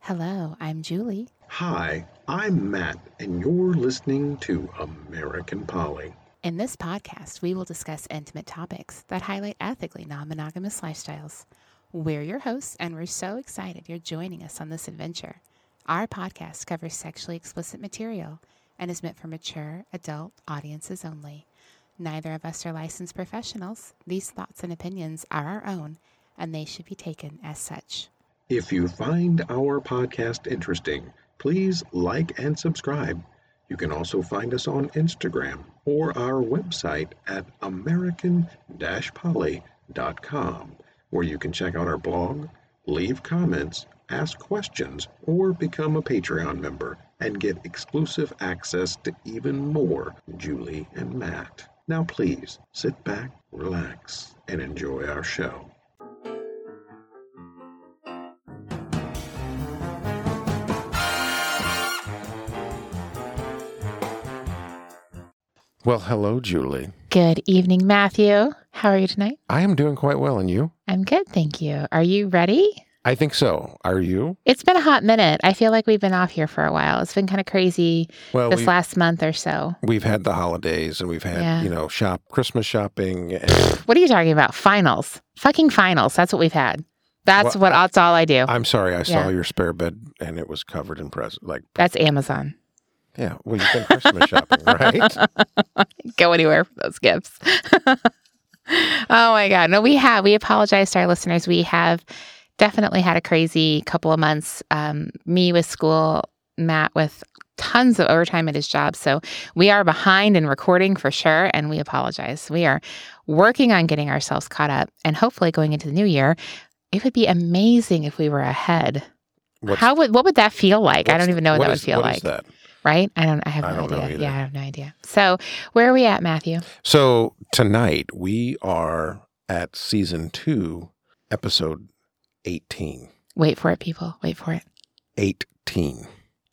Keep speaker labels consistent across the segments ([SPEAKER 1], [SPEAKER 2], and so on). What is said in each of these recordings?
[SPEAKER 1] Hello, I'm Julie.
[SPEAKER 2] Hi, I'm Matt, and you're listening to American Polly.
[SPEAKER 1] In this podcast, we will discuss intimate topics that highlight ethically non monogamous lifestyles. We're your hosts, and we're so excited you're joining us on this adventure. Our podcast covers sexually explicit material and is meant for mature, adult audiences only. Neither of us are licensed professionals. These thoughts and opinions are our own, and they should be taken as such.
[SPEAKER 2] If you find our podcast interesting, please like and subscribe. You can also find us on Instagram or our website at american-polly.com, where you can check out our blog, leave comments, ask questions, or become a Patreon member and get exclusive access to even more Julie and Matt. Now, please sit back, relax, and enjoy our show.
[SPEAKER 3] Well, hello, Julie.
[SPEAKER 1] Good evening, Matthew. How are you tonight?
[SPEAKER 3] I am doing quite well, and you?
[SPEAKER 1] I'm good, thank you. Are you ready?
[SPEAKER 3] I think so. Are you?
[SPEAKER 1] It's been a hot minute. I feel like we've been off here for a while. It's been kind of crazy
[SPEAKER 3] Well,
[SPEAKER 1] this
[SPEAKER 3] we've,
[SPEAKER 1] last month or so.
[SPEAKER 3] we've had the holidays, and we've had
[SPEAKER 1] Yeah.
[SPEAKER 3] you know shop Christmas shopping. And
[SPEAKER 1] What are you talking about? Finals. Fucking finals. That's what we've had. That's
[SPEAKER 3] Well,
[SPEAKER 1] what that's all I do.
[SPEAKER 3] I'm sorry, I
[SPEAKER 1] Yeah.
[SPEAKER 3] saw your spare bed, and it was covered in presents. Like,
[SPEAKER 1] that's Amazon.
[SPEAKER 3] yeah, well, you've been Christmas shopping, right?
[SPEAKER 1] Go anywhere for those gifts. oh my God. No, we have. We apologize to our listeners. We have definitely had a crazy couple of months. Um, me with school, Matt with tons of overtime at his job. So we are behind in recording for sure. And we apologize. We are working on getting ourselves caught up and hopefully going into the new year. It would be amazing if we were ahead.
[SPEAKER 3] What's-
[SPEAKER 1] How would what would that feel like? I
[SPEAKER 3] what's-
[SPEAKER 1] don't even know what, that
[SPEAKER 3] is-
[SPEAKER 1] would feel
[SPEAKER 3] what
[SPEAKER 1] like.
[SPEAKER 3] is that?
[SPEAKER 1] Right? I don't I have no
[SPEAKER 3] I don't know
[SPEAKER 1] idea.
[SPEAKER 3] either.
[SPEAKER 1] yeah, I have no idea. So where are we at, Matthew?
[SPEAKER 3] So tonight we are at season two, episode eighteen.
[SPEAKER 1] Wait for it, people. Wait for it.
[SPEAKER 3] Eighteen.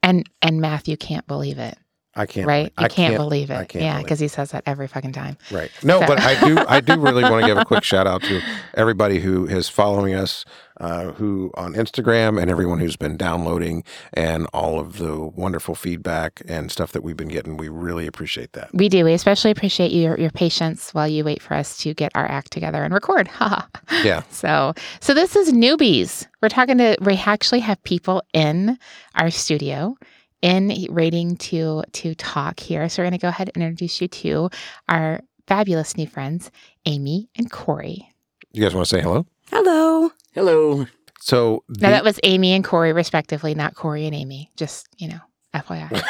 [SPEAKER 1] And and Matthew can't believe it.
[SPEAKER 3] I can't.
[SPEAKER 1] right?
[SPEAKER 3] I
[SPEAKER 1] You can't, believe it.
[SPEAKER 3] I can't
[SPEAKER 1] yeah,
[SPEAKER 3] believe
[SPEAKER 1] because he says that every fucking time.
[SPEAKER 3] Right. No,
[SPEAKER 1] So-
[SPEAKER 3] but I do. I do really want to give a quick shout out to everybody who is following us, uh, who on Instagram, and everyone who's been downloading, and all of the wonderful feedback and stuff that we've been getting. We really appreciate that.
[SPEAKER 1] We do. We especially appreciate your your patience while you wait for us to get our act together and record. Ha. ha.
[SPEAKER 3] Yeah.
[SPEAKER 1] So so this is newbies. We're talking to we actually have people in our studio in rating to to talk here. So we're gonna go ahead and introduce you to our fabulous new friends, Amy and Corey.
[SPEAKER 3] You guys want to say hello?
[SPEAKER 4] Hello.
[SPEAKER 5] Hello.
[SPEAKER 3] So
[SPEAKER 1] Now
[SPEAKER 3] the-
[SPEAKER 1] that was Amy and Corey respectively, not Corey and Amy. Just, you know, FYI.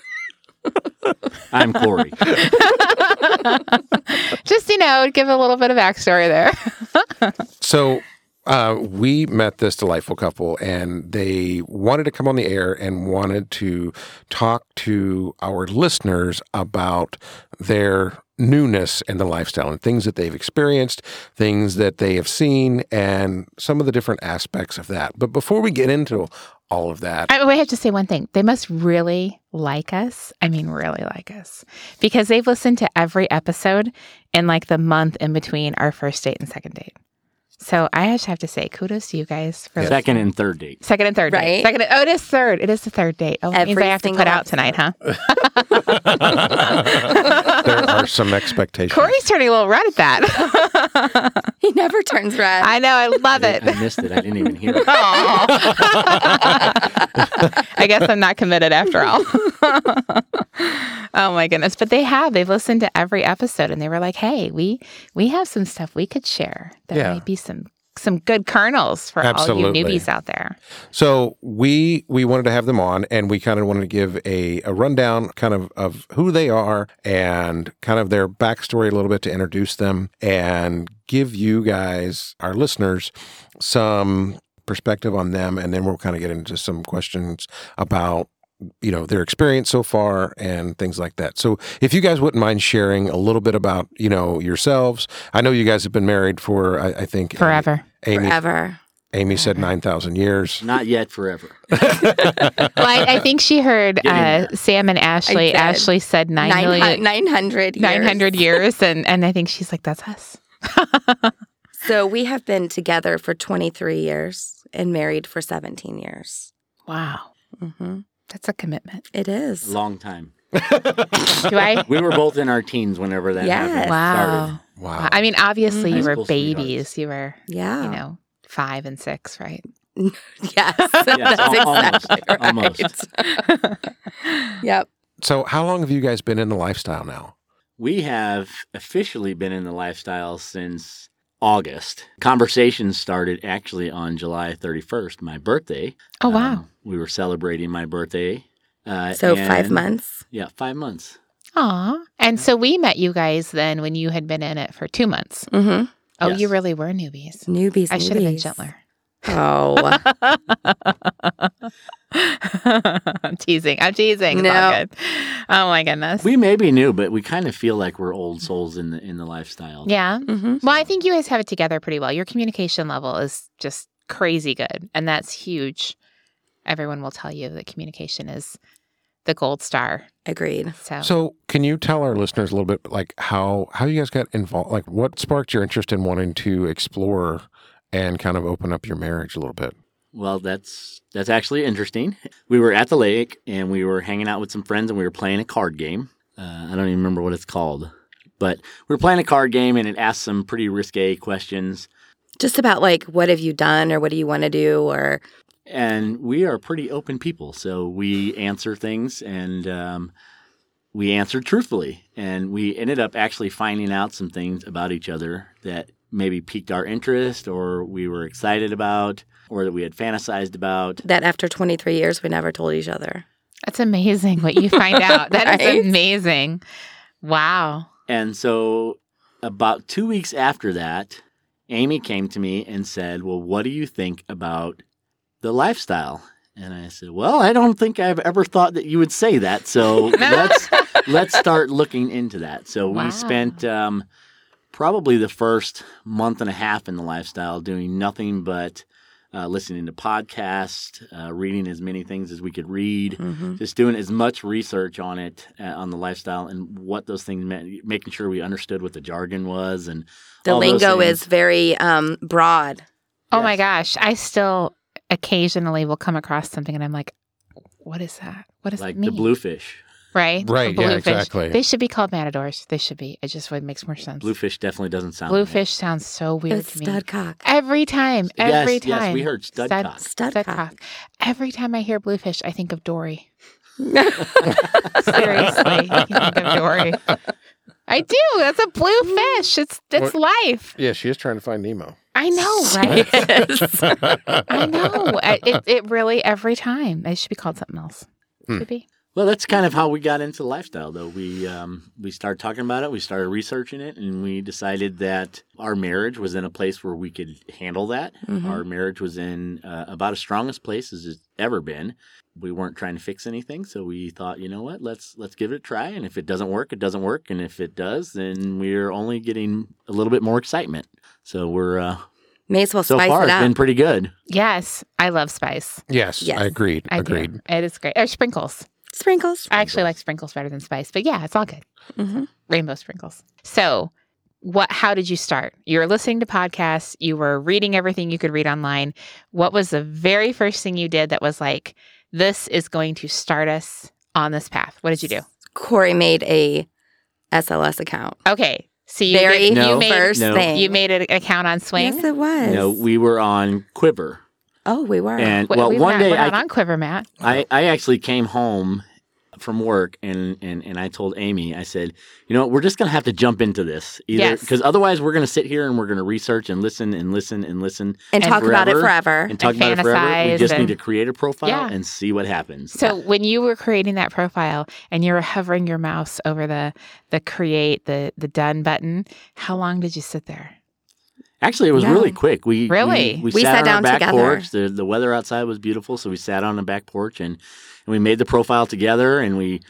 [SPEAKER 5] I'm Corey.
[SPEAKER 1] Just you know, give a little bit of backstory there.
[SPEAKER 3] So uh, we met this delightful couple, and they wanted to come on the air and wanted to talk to our listeners about their newness and the lifestyle and things that they've experienced, things that they have seen, and some of the different aspects of that. But before we get into all of that,
[SPEAKER 1] I, we have to say one thing: they must really like us. I mean, really like us, because they've listened to every episode in like the month in between our first date and second date. So I just have to say kudos to you guys for listening.
[SPEAKER 5] Second and third date.
[SPEAKER 1] Second and third date.
[SPEAKER 4] Right?
[SPEAKER 1] Second. And, oh, it is third. It is the third date. Oh, that means
[SPEAKER 4] Every
[SPEAKER 1] I have to
[SPEAKER 4] single
[SPEAKER 1] put out tonight, huh?
[SPEAKER 3] there are some expectations.
[SPEAKER 1] Corey's turning a little red at that.
[SPEAKER 4] He never turns red.
[SPEAKER 1] I know. I love
[SPEAKER 5] I,
[SPEAKER 1] it.
[SPEAKER 5] I missed it. I didn't even hear it.
[SPEAKER 1] I guess I'm not committed after all. oh my goodness. But they have. They've listened to every episode and they were like, hey, we we have some stuff we could share. There
[SPEAKER 3] Yeah.
[SPEAKER 1] might be some some good kernels for all
[SPEAKER 3] Absolutely.
[SPEAKER 1] you newbies out there.
[SPEAKER 3] So we we wanted to have them on, and we kind of wanted to give a, a rundown, kind of of who they are and kind of their backstory a little bit to introduce them and give you guys, our listeners, some perspective on them, and then we'll kind of get into some questions about you know their experience so far and things like that. So if you guys wouldn't mind sharing a little bit about you know yourselves, I know you guys have been married for I, I think
[SPEAKER 1] Forever.
[SPEAKER 3] Amy,
[SPEAKER 4] Forever.
[SPEAKER 3] Amy said
[SPEAKER 1] Forever.
[SPEAKER 3] nine thousand years.
[SPEAKER 5] Not yet forever.
[SPEAKER 1] well, I, I think she heard
[SPEAKER 5] Getting
[SPEAKER 1] uh, Sam and Ashley.
[SPEAKER 4] did.
[SPEAKER 1] Ashley said nine
[SPEAKER 4] Nine
[SPEAKER 1] million-
[SPEAKER 4] hu- 900 years.
[SPEAKER 1] 900 years. And, and I think she's like, that's us.
[SPEAKER 4] So we have been together for 23 years and married for 17 years.
[SPEAKER 1] Wow.
[SPEAKER 4] Mhm.
[SPEAKER 1] That's a commitment.
[SPEAKER 4] It is.
[SPEAKER 5] Long time.
[SPEAKER 1] Do I?
[SPEAKER 5] We were both in our teens whenever that
[SPEAKER 4] Yes.
[SPEAKER 5] happened. It started.
[SPEAKER 1] Wow.
[SPEAKER 3] Wow.
[SPEAKER 1] I mean, obviously,
[SPEAKER 5] High
[SPEAKER 1] you were
[SPEAKER 5] school
[SPEAKER 1] babies.
[SPEAKER 5] sweethearts.
[SPEAKER 1] You were,
[SPEAKER 4] Yeah.
[SPEAKER 1] you know, five and six, right?
[SPEAKER 4] Yes.
[SPEAKER 5] Yes,
[SPEAKER 4] that's
[SPEAKER 5] al- almost,
[SPEAKER 4] exactly right.
[SPEAKER 5] almost.
[SPEAKER 4] Yep.
[SPEAKER 3] so, how long have you guys been in the lifestyle now?
[SPEAKER 5] We have officially been in the lifestyle since August. Conversations started actually on July 31st, my birthday.
[SPEAKER 1] oh, wow.
[SPEAKER 5] Um, we were celebrating my birthday. Uh,
[SPEAKER 4] So five
[SPEAKER 5] and-
[SPEAKER 4] months.
[SPEAKER 5] Yeah, five months.
[SPEAKER 1] Aw. And so we met you guys then when you had been in it for two months.
[SPEAKER 4] Mm-hmm.
[SPEAKER 1] Oh, you
[SPEAKER 5] Yes.
[SPEAKER 1] really were newbies.
[SPEAKER 4] Newbies.
[SPEAKER 1] I should have been
[SPEAKER 4] newbies.
[SPEAKER 1] gentler.
[SPEAKER 4] Oh,
[SPEAKER 1] I'm teasing. I'm teasing. It's all
[SPEAKER 4] No.
[SPEAKER 1] good. Oh my goodness.
[SPEAKER 5] We may be new, but we kind of feel like we're old souls in the in the lifestyle.
[SPEAKER 1] yeah.
[SPEAKER 4] mm-hmm.
[SPEAKER 1] Well, I think you guys have it together pretty well. Your communication level is just crazy good, and that's huge. Everyone will tell you that communication is the gold star.
[SPEAKER 4] agreed.
[SPEAKER 1] So,
[SPEAKER 3] So, can you tell our listeners a little bit like how how you guys got involved? Like, what sparked your interest in wanting to explore and kind of open up your marriage a little bit?
[SPEAKER 5] Well, that's that's actually interesting. We were at the lake and we were hanging out with some friends and we were playing a card game. Uh, I don't even remember what it's called, but we were playing a card game and it asked some pretty risque questions.
[SPEAKER 4] Just about like what have you done or what do you want to do or
[SPEAKER 5] And we are pretty open people, so we answer things and um, we answered truthfully. And we ended up actually finding out some things about each other that maybe piqued our interest or we were excited about or that we had fantasized about.
[SPEAKER 4] that after 23 years we never told each other.
[SPEAKER 1] that's amazing what you find out. That is
[SPEAKER 4] Right?
[SPEAKER 1] amazing. Wow.
[SPEAKER 5] And so, about two weeks after that, Amy came to me and said, Well, what do you think about the lifestyle? And I said, Well, I don't think I've ever thought that you would say that. So, let's, let's start looking into that. So,
[SPEAKER 1] Wow.
[SPEAKER 5] we spent um, probably the first month and a half in the lifestyle doing nothing but uh, listening to podcasts, uh, reading as many things as we could read
[SPEAKER 4] Mm-hmm.
[SPEAKER 5] just doing as much research on it uh, on the lifestyle and what those things meant making sure we understood what the jargon was and
[SPEAKER 4] The
[SPEAKER 5] all those
[SPEAKER 4] lingo
[SPEAKER 5] things.
[SPEAKER 4] is very um, broad.
[SPEAKER 1] Oh my
[SPEAKER 5] Yes.
[SPEAKER 1] gosh. I still occasionally will come across something and I'm like, what is that? What does
[SPEAKER 5] like
[SPEAKER 1] that mean?
[SPEAKER 5] the bluefish
[SPEAKER 1] right? A
[SPEAKER 3] Right, yeah,
[SPEAKER 1] bluefish.
[SPEAKER 3] exactly.
[SPEAKER 1] They should be called matadors. They should be. It just would makes more sense.
[SPEAKER 5] bluefish definitely doesn't sound right.
[SPEAKER 1] Bluefish sounds so weird
[SPEAKER 4] It's
[SPEAKER 1] to me.
[SPEAKER 4] Studcock.
[SPEAKER 1] Every time, every
[SPEAKER 5] yes,
[SPEAKER 1] time.
[SPEAKER 5] yes we heard stud
[SPEAKER 1] Stud-
[SPEAKER 5] cock.
[SPEAKER 4] Studcock.
[SPEAKER 1] Studcock. Every time I hear bluefish, I think of Dory. Seriously, I think of Dory. I do. That's a bluefish. It's it's life.
[SPEAKER 3] Yeah, she is trying to find Nemo.
[SPEAKER 1] I know, right?
[SPEAKER 4] Yes.
[SPEAKER 1] I know. I- It, it really every time. It should be called something else.
[SPEAKER 3] Hmm.
[SPEAKER 1] Should be.
[SPEAKER 5] well that's kind of how we got into the lifestyle though we um, we started talking about it we started researching it and we decided that our marriage was in a place where we could handle that
[SPEAKER 4] Mhm.
[SPEAKER 1] Mm-hmm.
[SPEAKER 5] our marriage was in uh, about as strong as place as it's ever been we weren't trying to fix anything so we thought you know what let's let's give it a try and if it doesn't work it doesn't work and if it does then we're only getting a little bit more excitement so we're uh,
[SPEAKER 4] May as well
[SPEAKER 5] so
[SPEAKER 4] spice
[SPEAKER 5] far
[SPEAKER 4] it
[SPEAKER 5] it's
[SPEAKER 4] up.
[SPEAKER 5] been pretty good
[SPEAKER 1] Yes, I love spice.
[SPEAKER 3] Yes,
[SPEAKER 4] Yes.
[SPEAKER 3] I agreed.
[SPEAKER 1] I
[SPEAKER 3] agreed.
[SPEAKER 1] do. It is great. Or sprinkles.
[SPEAKER 4] Sprinkles.
[SPEAKER 1] I actually like sprinkles better than spice, but yeah, it's all good.
[SPEAKER 4] Mm-hmm.
[SPEAKER 1] Rainbow sprinkles. So, what? How did you start? You were listening to podcasts. You were reading everything you could read online. What was the very first thing you did that was like, this is going to start us on this path? What did you do?
[SPEAKER 4] Corey made a SLS account.
[SPEAKER 1] Okay, so you
[SPEAKER 4] very
[SPEAKER 1] did,
[SPEAKER 5] No.
[SPEAKER 1] you made
[SPEAKER 4] first
[SPEAKER 5] no.
[SPEAKER 4] thing.
[SPEAKER 1] you made an account on Swing.
[SPEAKER 4] Yes, it was.
[SPEAKER 5] no we were on quiver
[SPEAKER 4] Oh, we were.
[SPEAKER 5] and
[SPEAKER 1] Wait,
[SPEAKER 5] well
[SPEAKER 1] we've
[SPEAKER 5] one
[SPEAKER 1] not-
[SPEAKER 5] day
[SPEAKER 1] we're
[SPEAKER 5] I,
[SPEAKER 1] not on Quiver, Matt.
[SPEAKER 5] I, I actually came home from work and, and, and I told Amy, I said, you know what, we're just going to have to jump into this. Either
[SPEAKER 1] Yes.
[SPEAKER 5] because otherwise we're going to sit here and we're going to research and listen and listen and listen
[SPEAKER 4] and,
[SPEAKER 1] and
[SPEAKER 4] talk about it
[SPEAKER 5] forever.
[SPEAKER 4] forever.
[SPEAKER 5] and talk
[SPEAKER 1] And
[SPEAKER 5] about it forever. We
[SPEAKER 1] fantasize
[SPEAKER 5] just
[SPEAKER 1] and-
[SPEAKER 5] need to create a profile
[SPEAKER 1] Yeah.
[SPEAKER 5] and see what happens.
[SPEAKER 1] So when you were creating that profile and you were hovering your mouse over the the create the the done button, how long did you sit there?
[SPEAKER 5] actually, it was
[SPEAKER 4] Yeah.
[SPEAKER 5] really quick. We
[SPEAKER 1] Really?
[SPEAKER 5] we, we
[SPEAKER 4] We
[SPEAKER 5] sat, on
[SPEAKER 4] sat
[SPEAKER 5] our
[SPEAKER 4] down
[SPEAKER 5] back
[SPEAKER 4] together.
[SPEAKER 5] porch. The, the weather outside was beautiful, so we sat on the back porch and, and we made the profile together and we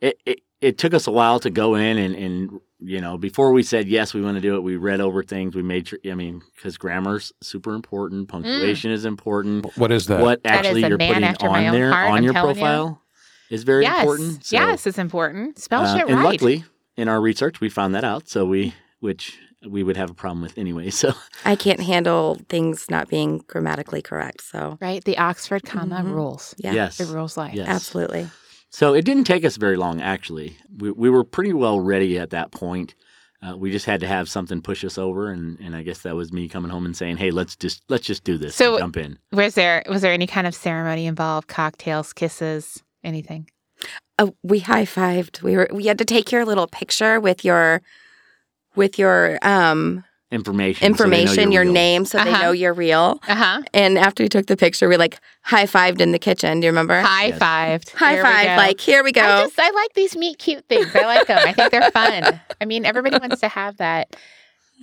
[SPEAKER 5] it, it it took us a while to go in and and you know before we said yes we want to do it we read over things we made sure I mean because grammar's super important punctuation is important
[SPEAKER 3] What is that?
[SPEAKER 5] what
[SPEAKER 1] Mm. That is
[SPEAKER 5] actually
[SPEAKER 1] a
[SPEAKER 5] you're
[SPEAKER 1] man
[SPEAKER 5] putting
[SPEAKER 1] after my
[SPEAKER 5] on
[SPEAKER 1] own
[SPEAKER 5] there
[SPEAKER 1] heart,
[SPEAKER 5] on
[SPEAKER 1] I'm
[SPEAKER 5] your
[SPEAKER 1] telling you.
[SPEAKER 5] profile is very
[SPEAKER 1] yes.
[SPEAKER 5] important so,
[SPEAKER 1] yes, it's important. Spell
[SPEAKER 5] uh,
[SPEAKER 1] shit
[SPEAKER 5] and
[SPEAKER 1] right.
[SPEAKER 5] luckily in our research we found that out so we which we would have a problem with anyway. So
[SPEAKER 4] I can't handle things not being grammatically correct. So,
[SPEAKER 1] Right? The Oxford comma
[SPEAKER 4] Mhm.
[SPEAKER 1] rules.
[SPEAKER 4] yeah,
[SPEAKER 5] yes,
[SPEAKER 1] It rules life.
[SPEAKER 5] yes.
[SPEAKER 4] absolutely.
[SPEAKER 5] So it didn't take us very long, actually. We, we were pretty well ready at that point. Uh, we just had to have something push us over, and, and I guess that was me coming home and saying, "Hey, let's just let's just do this.
[SPEAKER 1] So-
[SPEAKER 5] and jump in."
[SPEAKER 1] Was there was there any kind of ceremony involved? Cocktails, kisses, anything?
[SPEAKER 4] Uh, we high fived. We were. We had to take your little picture with your, with your um
[SPEAKER 5] Information, so they know
[SPEAKER 4] information,
[SPEAKER 5] you're
[SPEAKER 4] your
[SPEAKER 5] real.
[SPEAKER 4] name, so they
[SPEAKER 1] Uh-huh.
[SPEAKER 4] know you're real.
[SPEAKER 1] Uh huh.
[SPEAKER 4] And after we took the picture, we like high fived in the kitchen. Do you remember?
[SPEAKER 1] High
[SPEAKER 5] Yes.
[SPEAKER 1] fived.
[SPEAKER 4] High
[SPEAKER 1] There we
[SPEAKER 4] five.
[SPEAKER 1] go.
[SPEAKER 4] Like here we go.
[SPEAKER 1] I just I like these meet cute things. I like them. I think they're fun. I mean, everybody wants to have that.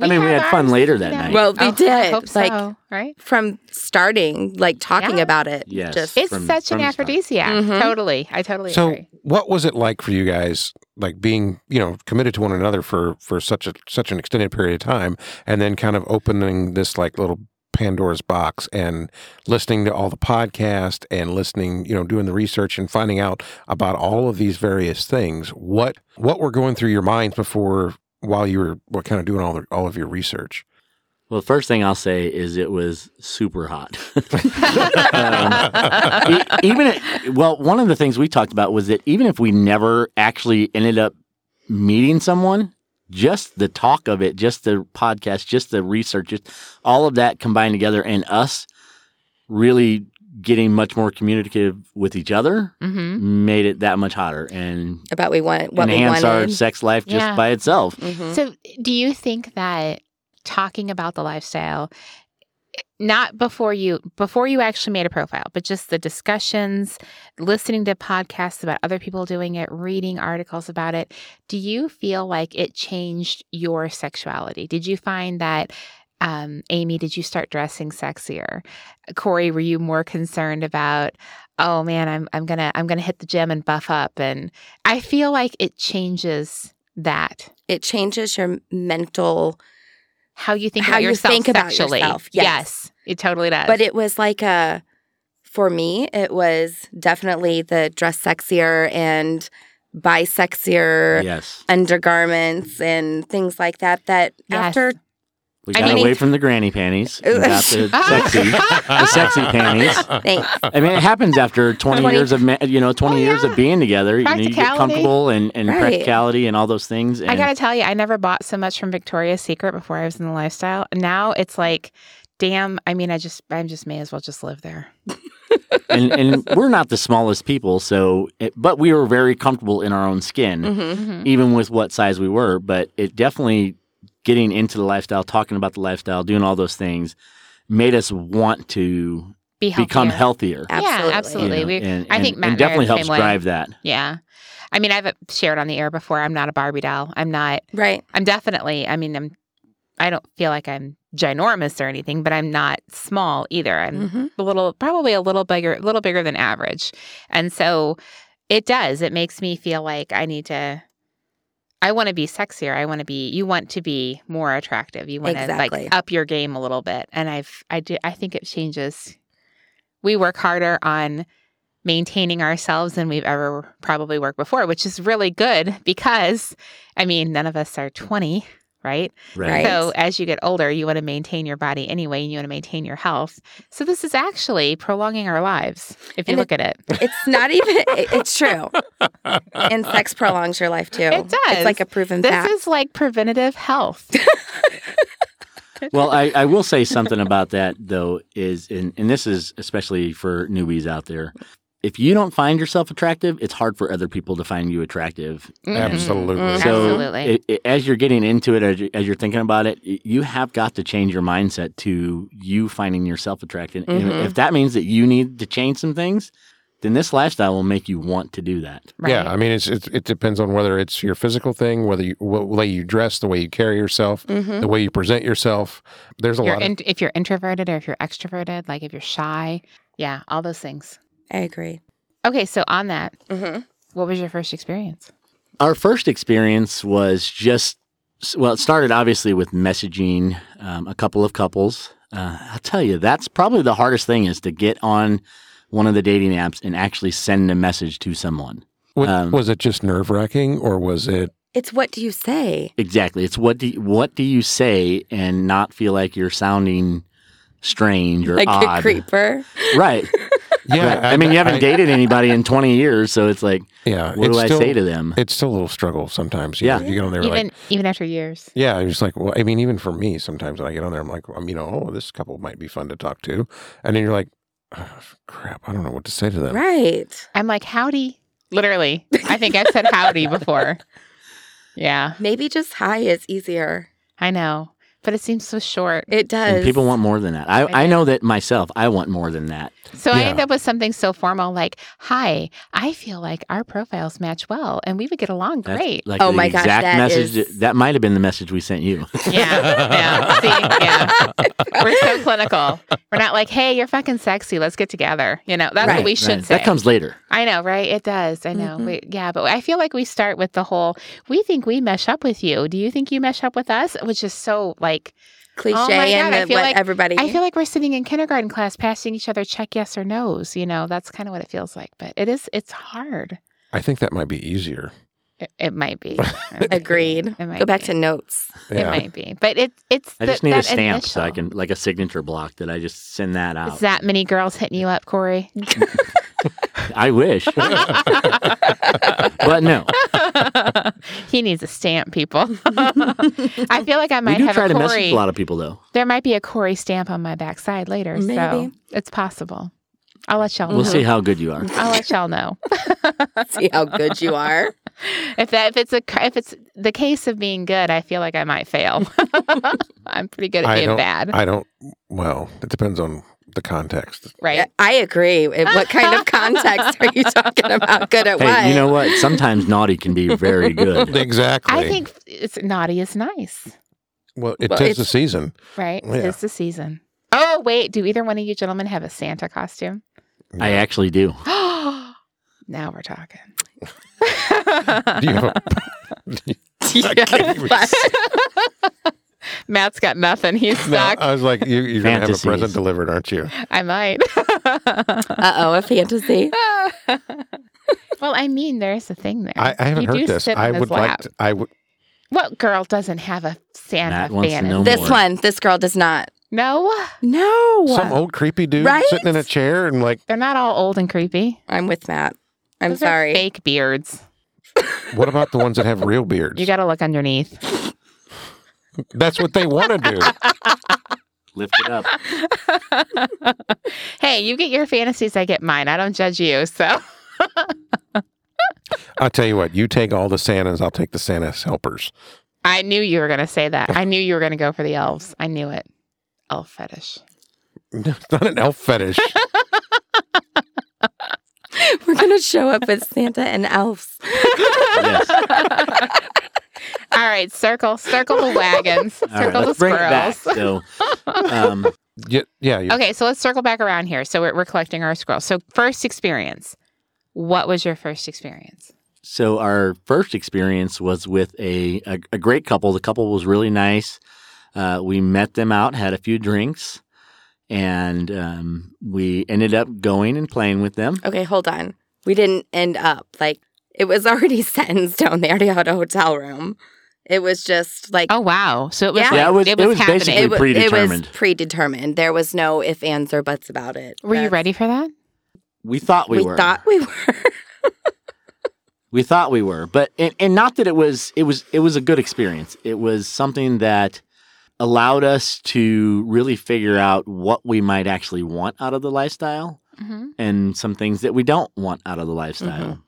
[SPEAKER 5] I mean, we
[SPEAKER 1] have
[SPEAKER 5] had fun
[SPEAKER 1] ours,
[SPEAKER 5] later that
[SPEAKER 1] you know.
[SPEAKER 5] night.
[SPEAKER 4] Well, we
[SPEAKER 1] Oh,
[SPEAKER 4] did.
[SPEAKER 1] I hope so.
[SPEAKER 4] Like-
[SPEAKER 1] right?
[SPEAKER 4] From starting, like talking
[SPEAKER 1] Yeah.
[SPEAKER 4] about it.
[SPEAKER 5] Yes.
[SPEAKER 4] Just
[SPEAKER 1] It's
[SPEAKER 5] from-
[SPEAKER 1] such
[SPEAKER 5] from
[SPEAKER 1] an
[SPEAKER 5] the start.
[SPEAKER 1] aphrodisiac.
[SPEAKER 4] Mhm.
[SPEAKER 1] Totally. I totally
[SPEAKER 3] So,
[SPEAKER 1] agree.
[SPEAKER 3] what was it like for you guys, like being you know committed to one another for for such a such an extended period of time, and then kind of opening this like little Pandora's box and listening to all the podcast and listening, you know, doing the research and finding out about all of these various things. What what were going through your minds before while you were what kind of doing all the, all of your research?
[SPEAKER 5] Well, first thing I'll say is it was super hot. E- even it, well, one of the things we talked about was that even if we never actually ended up meeting someone, just the talk of it, just the podcast, just the research, just all of that combined together, and us really getting much more communicative with each other
[SPEAKER 1] mm-hmm.
[SPEAKER 5] made it that much hotter and
[SPEAKER 4] about we want what we
[SPEAKER 5] enhanced
[SPEAKER 4] wanted.
[SPEAKER 5] our sex life just
[SPEAKER 1] Yeah.
[SPEAKER 5] by itself.
[SPEAKER 4] Mhm.
[SPEAKER 1] So, do you think that talking about the lifestyle, not before you before you actually made a profile, but just the discussions, listening to podcasts about other people doing it, reading articles about it, do you feel like it changed your sexuality? Did you find that? Um, Amy, did you start dressing sexier? Corey, were you more concerned about, oh man, I'm I'm gonna I'm gonna hit the gym and buff up? And I feel like it changes that
[SPEAKER 4] It changes your mental
[SPEAKER 1] how you think
[SPEAKER 4] How
[SPEAKER 1] about
[SPEAKER 4] you
[SPEAKER 1] yourself
[SPEAKER 4] think about
[SPEAKER 1] sexually.
[SPEAKER 4] yourself,
[SPEAKER 1] Yes.
[SPEAKER 4] yes.
[SPEAKER 1] it totally does.
[SPEAKER 4] But it was like a, for me, it was definitely the dress sexier and buy sexier
[SPEAKER 5] Yes,
[SPEAKER 4] undergarments and things like that. That
[SPEAKER 1] Yes.
[SPEAKER 4] after
[SPEAKER 5] we
[SPEAKER 1] I
[SPEAKER 5] got
[SPEAKER 1] mean-
[SPEAKER 5] away from the granny panties, and got the sexy, the sexy panties.
[SPEAKER 4] thanks,
[SPEAKER 5] I mean, it happens after 20
[SPEAKER 1] Twenty-
[SPEAKER 5] years of ma- you know 20
[SPEAKER 1] Oh,
[SPEAKER 5] years
[SPEAKER 1] yeah.
[SPEAKER 5] of being together. You, know, you get
[SPEAKER 1] Practicality.
[SPEAKER 5] comfortable and, and
[SPEAKER 4] Right.
[SPEAKER 5] practicality and all those things. And
[SPEAKER 1] I gotta tell you, I never bought so much from Victoria's Secret before I was in the lifestyle. Now it's like, damn. I mean, I just, I just may as well just live there.
[SPEAKER 5] and, and we're not the smallest people, so it, but we were very comfortable in our own skin,
[SPEAKER 4] Mhm.
[SPEAKER 1] Mhm.
[SPEAKER 5] even with what size we were. But it definitely getting into the lifestyle, talking about the lifestyle, doing all those things, made us want to
[SPEAKER 1] Be
[SPEAKER 5] become
[SPEAKER 1] healthier.
[SPEAKER 5] healthier.
[SPEAKER 1] Yeah,
[SPEAKER 4] absolutely.
[SPEAKER 1] absolutely.
[SPEAKER 5] You know,
[SPEAKER 1] We-
[SPEAKER 5] and,
[SPEAKER 1] I
[SPEAKER 5] and-
[SPEAKER 1] think Matt and I
[SPEAKER 5] and
[SPEAKER 1] are
[SPEAKER 5] definitely
[SPEAKER 1] the
[SPEAKER 5] helps
[SPEAKER 1] same way.
[SPEAKER 5] drive that.
[SPEAKER 1] Yeah, I mean, I've shared on the air before. I'm not a Barbie doll. I'm not.
[SPEAKER 4] right?
[SPEAKER 1] I'm definitely. I mean, I'm. I don't feel like I'm ginormous or anything, but I'm not small either. I'm
[SPEAKER 4] Mhm.
[SPEAKER 1] a little probably a little bigger a little bigger than average and so it does it makes me feel like i need to i want to be sexier i want to be you want to be more attractive you want to
[SPEAKER 4] Exactly.
[SPEAKER 1] like up your game a little bit and i've i do i think it changes we work harder on maintaining ourselves than we've ever probably worked before which is really good because i mean none of us are 20 right
[SPEAKER 4] Right.
[SPEAKER 1] so as you get older, you want to maintain your body anyway, and you want to maintain your health. So this is actually prolonging our lives if you
[SPEAKER 4] And it-
[SPEAKER 1] look at it.
[SPEAKER 4] It's not even. it- it's true. And sex prolongs your life too.
[SPEAKER 1] It does.
[SPEAKER 4] It's like a proven
[SPEAKER 1] This
[SPEAKER 4] fact.
[SPEAKER 1] is like preventative health.
[SPEAKER 5] well, I, I will say something about that though is, and, and this is especially for newbies out there. If you don't find yourself attractive, it's hard for other people to find you attractive.
[SPEAKER 1] Mhm.
[SPEAKER 3] Absolutely.
[SPEAKER 4] Mhm.
[SPEAKER 5] So,
[SPEAKER 1] Absolutely.
[SPEAKER 5] it- it- as you're getting into it, as, you, as you're thinking about it, y- you have got to change your mindset to you finding yourself attractive. And
[SPEAKER 4] Mhm.
[SPEAKER 5] if that means that you need to change some things, then this lifestyle will make you want to do that.
[SPEAKER 1] Right.
[SPEAKER 3] Yeah, I mean, it's, it's it depends on whether it's your physical thing, whether you what way you dress, the way you carry yourself,
[SPEAKER 4] Mhm.
[SPEAKER 3] the way you present yourself. There's a
[SPEAKER 1] You're
[SPEAKER 3] lot.
[SPEAKER 1] Mm-hmm. in, if you're introverted or if you're extroverted, like if you're shy, yeah, all those things.
[SPEAKER 4] I agree.
[SPEAKER 1] Okay, so on that,
[SPEAKER 4] Mhm.
[SPEAKER 1] what was your first experience?
[SPEAKER 5] Our first experience was just well, it started obviously with messaging um, a couple of couples. Uh, I'll tell you, that's probably the hardest thing is to get on one of the dating apps and actually send a message to someone.
[SPEAKER 3] Of, was,
[SPEAKER 5] um,
[SPEAKER 3] was it just nerve wracking, or was it
[SPEAKER 4] It's what do you say?
[SPEAKER 5] Exactly. It's what do you, what do you say and not feel like you're sounding strange or
[SPEAKER 4] Like
[SPEAKER 5] odd,
[SPEAKER 4] a creeper.
[SPEAKER 5] right?
[SPEAKER 3] Yeah,
[SPEAKER 5] Right. I, mean, you haven't dated anybody in 20 years, so it's like,
[SPEAKER 3] Yeah,
[SPEAKER 5] what
[SPEAKER 3] it's
[SPEAKER 5] do I
[SPEAKER 3] still-
[SPEAKER 5] say to them?
[SPEAKER 3] It's still a little struggle sometimes. you know,
[SPEAKER 5] Yeah.
[SPEAKER 3] you get on there
[SPEAKER 1] even
[SPEAKER 3] like,
[SPEAKER 1] even after years.
[SPEAKER 3] yeah, I'm just like, well, I mean, even for me, sometimes when I get on there, I'm like, well, you know, oh, this couple might be fun to talk to, and then you're like, oh, crap, I don't know what to say to them.
[SPEAKER 4] Right.
[SPEAKER 1] I'm like, howdy. Literally. I think I've said howdy before. Yeah,
[SPEAKER 4] Maybe just hi is easier.
[SPEAKER 1] I know. But it seems so short.
[SPEAKER 4] It does.
[SPEAKER 5] And people want more than that.
[SPEAKER 1] I do.
[SPEAKER 5] I, I know that myself. I want more than that.
[SPEAKER 1] So I
[SPEAKER 3] Yeah.
[SPEAKER 1] end up with something so formal like, hi, I feel like our profiles match well and we would get along
[SPEAKER 5] That's
[SPEAKER 1] great.
[SPEAKER 5] Like
[SPEAKER 4] Oh
[SPEAKER 5] the
[SPEAKER 4] my gosh,
[SPEAKER 5] exact
[SPEAKER 4] that
[SPEAKER 5] message
[SPEAKER 4] is-
[SPEAKER 5] that might have been the message we sent you.
[SPEAKER 1] Yeah. Yeah. See, yeah. We're so clinical. We're not like, hey, you're fucking sexy. Let's get together. You know, that's
[SPEAKER 4] Right,
[SPEAKER 1] what we should
[SPEAKER 5] Right.
[SPEAKER 1] say.
[SPEAKER 5] That comes Mm-hmm. later.
[SPEAKER 1] I know, right? It does. I know.
[SPEAKER 4] Mhm.
[SPEAKER 1] We, yeah. But I feel like we start with the whole, we think we mesh up with you. Do you think you mesh up with us? Which is so like,
[SPEAKER 4] Cliche
[SPEAKER 1] Oh my God,
[SPEAKER 4] and
[SPEAKER 1] I
[SPEAKER 4] the-
[SPEAKER 1] feel
[SPEAKER 4] what
[SPEAKER 1] like-
[SPEAKER 4] everybody.
[SPEAKER 1] I feel like we're sitting in kindergarten class passing each other check yes or no's. You know, that's kind of what it feels like. But it is, it's hard.
[SPEAKER 3] I think that might be easier.
[SPEAKER 1] It, it might be.
[SPEAKER 4] agreed.
[SPEAKER 1] It might
[SPEAKER 4] Go back
[SPEAKER 1] be.
[SPEAKER 4] to notes.
[SPEAKER 1] It
[SPEAKER 3] Yeah,
[SPEAKER 1] might be, but it, it's.
[SPEAKER 5] I just need a
[SPEAKER 1] that
[SPEAKER 5] stamp so I
[SPEAKER 1] initial-
[SPEAKER 5] can, like a signature block that I just send that out.
[SPEAKER 1] Is that many girls hitting you up, Corey?
[SPEAKER 5] I wish. but no,
[SPEAKER 1] he needs a stamp, people. I feel like I
[SPEAKER 5] we
[SPEAKER 1] might
[SPEAKER 5] do
[SPEAKER 1] have
[SPEAKER 5] try
[SPEAKER 1] a
[SPEAKER 5] to message
[SPEAKER 1] Corey.
[SPEAKER 5] a lot of people though.
[SPEAKER 1] there might be a Corey stamp on my backside later, so
[SPEAKER 4] Maybe.
[SPEAKER 1] it's possible. I'll let y'all
[SPEAKER 5] We'll
[SPEAKER 1] know.
[SPEAKER 5] see how good you are.
[SPEAKER 1] I'll let y'all know
[SPEAKER 4] See how good you are.
[SPEAKER 1] if that if it's a if it's the case of being good. I feel like I might fail. I'm pretty good at
[SPEAKER 3] I
[SPEAKER 1] being
[SPEAKER 3] don't-
[SPEAKER 1] bad,
[SPEAKER 3] I don't. Well, it depends on the context.
[SPEAKER 1] right?
[SPEAKER 4] I agree. In What kind of context are you talking about? Good at
[SPEAKER 5] Hey,
[SPEAKER 4] what?
[SPEAKER 5] you know what? Sometimes naughty can be very good.
[SPEAKER 3] Exactly.
[SPEAKER 1] I think it's naughty is nice.
[SPEAKER 3] Well, it
[SPEAKER 4] Well,
[SPEAKER 3] takes the
[SPEAKER 4] it's-
[SPEAKER 3] season.
[SPEAKER 1] Right.
[SPEAKER 3] Yeah.
[SPEAKER 1] It's the season. Oh, wait. Do either one of you gentlemen have a Santa costume?
[SPEAKER 5] I actually do.
[SPEAKER 1] now we're talking.
[SPEAKER 3] Do you have a,
[SPEAKER 4] Yeah, but-
[SPEAKER 1] Matt's got nothing. He's
[SPEAKER 3] no,
[SPEAKER 1] stuck.
[SPEAKER 3] I was like, you, you're going to have a
[SPEAKER 5] Fantasies.
[SPEAKER 3] present delivered, aren't you?
[SPEAKER 1] I might.
[SPEAKER 4] Uh-oh, a fantasy.
[SPEAKER 1] well, I mean, there's a thing there.
[SPEAKER 3] I, I haven't
[SPEAKER 1] You do
[SPEAKER 3] heard this.
[SPEAKER 1] sit in
[SPEAKER 3] I
[SPEAKER 1] his
[SPEAKER 3] would like.
[SPEAKER 1] lap.
[SPEAKER 3] To, I would.
[SPEAKER 1] What girl doesn't have a Santa
[SPEAKER 5] Matt wants to
[SPEAKER 1] fantasy?
[SPEAKER 5] know
[SPEAKER 4] This
[SPEAKER 5] Lord.
[SPEAKER 4] one, this girl does not.
[SPEAKER 1] No,
[SPEAKER 4] No.
[SPEAKER 3] Some old creepy dude
[SPEAKER 4] Right?
[SPEAKER 3] sitting in a chair and like,
[SPEAKER 1] they're not all old and creepy.
[SPEAKER 4] I'm with Matt. I'm
[SPEAKER 1] Those are
[SPEAKER 4] sorry.
[SPEAKER 1] fake beards.
[SPEAKER 3] what about the ones that have real beards?
[SPEAKER 1] You got to look underneath.
[SPEAKER 3] That's what they want to do.
[SPEAKER 5] Lift it up.
[SPEAKER 1] hey, you get your fantasies. I get mine. I don't judge you. So
[SPEAKER 3] I'll tell you what. You take all the Santas. I'll take the Santa's helpers.
[SPEAKER 1] I knew you were going to say that. I knew you were going to go for the elves. I knew it. Elf fetish.
[SPEAKER 3] It's not an elf fetish.
[SPEAKER 4] We're going to show up with Santa and elves.
[SPEAKER 5] Yes. All
[SPEAKER 1] All right, circle, circle the wagons, circle
[SPEAKER 5] right,
[SPEAKER 1] the
[SPEAKER 5] let's bring it back.
[SPEAKER 1] squirrels.
[SPEAKER 5] So, um,
[SPEAKER 3] yeah, yeah. you-
[SPEAKER 1] Okay, so let's circle back around here. So we're, we're collecting our squirrels. So first experience. What was your first experience?
[SPEAKER 5] so our first experience was with a, a, a great couple. The couple was really nice. Uh, we met them out, had a few drinks, and um, we ended up going and playing with them.
[SPEAKER 4] Okay, hold on. We didn't end up. Like, it was already set in stone. They already had a hotel room. It was just like,
[SPEAKER 1] Oh wow! So it was
[SPEAKER 4] Yeah.
[SPEAKER 1] like,
[SPEAKER 5] Yeah, it was- it was
[SPEAKER 1] happening.
[SPEAKER 5] basically-
[SPEAKER 4] wa-
[SPEAKER 5] predetermined.
[SPEAKER 4] was predetermined. There was no if, ands, or buts about it.
[SPEAKER 1] were you
[SPEAKER 4] That's-
[SPEAKER 1] ready for that?
[SPEAKER 5] We thought we,
[SPEAKER 4] We
[SPEAKER 5] were.
[SPEAKER 4] thought we were.
[SPEAKER 5] we thought we were, but and, and not that it was. It was. It was a good experience. It was something that allowed us to really figure out what we might actually want out of the lifestyle.
[SPEAKER 1] Mm-hmm.
[SPEAKER 5] and some things that we don't want out of the lifestyle.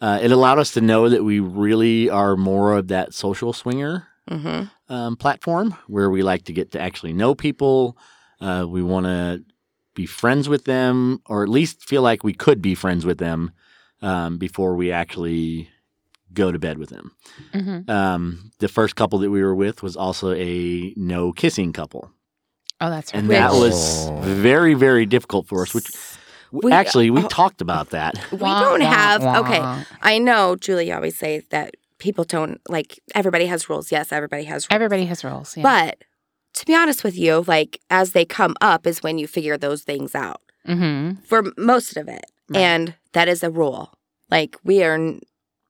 [SPEAKER 5] Uh, it allowed us to know that we really are more of that social swinger
[SPEAKER 4] hmm
[SPEAKER 5] um, platform where we like to get to actually know people. Uh, we want to be friends with them, or at least feel like we could be friends with them um, before we actually go to bed with them.
[SPEAKER 1] Mm-hmm.
[SPEAKER 5] Um, the first couple that we were with was also a no kissing couple.
[SPEAKER 1] Oh, that's right.
[SPEAKER 5] And that
[SPEAKER 4] Which-
[SPEAKER 5] was very, very difficult for us, which
[SPEAKER 4] We-
[SPEAKER 5] actually we
[SPEAKER 4] oh.
[SPEAKER 5] talked about that.
[SPEAKER 4] We
[SPEAKER 1] Wah,
[SPEAKER 4] don't
[SPEAKER 1] wah,
[SPEAKER 4] have.
[SPEAKER 1] wah.
[SPEAKER 4] Okay. I know Julie you always say that people don't like everybody has rules. Yes, everybody has rules.
[SPEAKER 1] Everybody has rules. Yeah.
[SPEAKER 4] But to be honest with you, like as they come up is when you figure those things out
[SPEAKER 1] hmm
[SPEAKER 4] for most of it.
[SPEAKER 1] Right.
[SPEAKER 4] And that is a rule. Like we are n-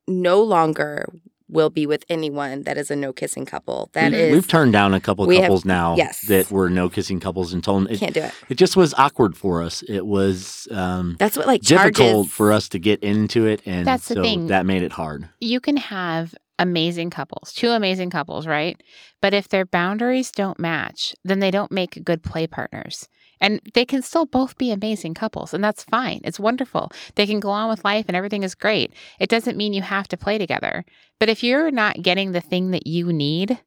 [SPEAKER 4] no longer will be with anyone that is a no kissing couple. That
[SPEAKER 5] we,
[SPEAKER 4] is-
[SPEAKER 5] Mm-hmm. We've turned down a couple
[SPEAKER 4] we have-
[SPEAKER 5] couples now
[SPEAKER 4] yes.
[SPEAKER 5] that were no kissing couples and told them it,
[SPEAKER 4] can't do it.
[SPEAKER 5] it just was awkward for us. It was um,
[SPEAKER 4] That's what like
[SPEAKER 5] difficult
[SPEAKER 4] charges
[SPEAKER 5] for us to get into it, and
[SPEAKER 1] That's the
[SPEAKER 5] so
[SPEAKER 1] thing.
[SPEAKER 5] that made it hard.
[SPEAKER 1] you can have amazing couples, two amazing couples, right? But if their boundaries don't match, then they don't make good play partners. And they can still both be amazing couples, and that's fine. It's wonderful. They can go on with life and everything is great. It doesn't mean you have to play together. But if you're not getting the thing that you need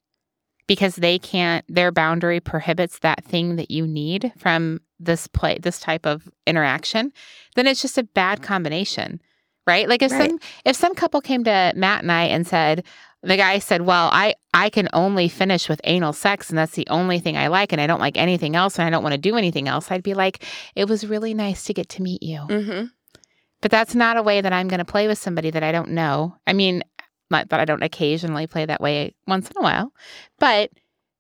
[SPEAKER 1] because they can't, their boundary prohibits that thing that you need from this play, this type of interaction, then it's just a bad combination, right? Like if
[SPEAKER 4] Right.
[SPEAKER 1] some if some couple came to Matt and I and said, the guy said, "Well, I I can only finish with anal sex, and that's the only thing I like, and I don't like anything else, and I don't want to do anything else." I'd be like, "It was really nice to get to meet you."
[SPEAKER 4] Mm-hmm.
[SPEAKER 1] But that's not a way that I'm going to play with somebody that I don't know. I mean, not that I don't occasionally play that way once in a while, but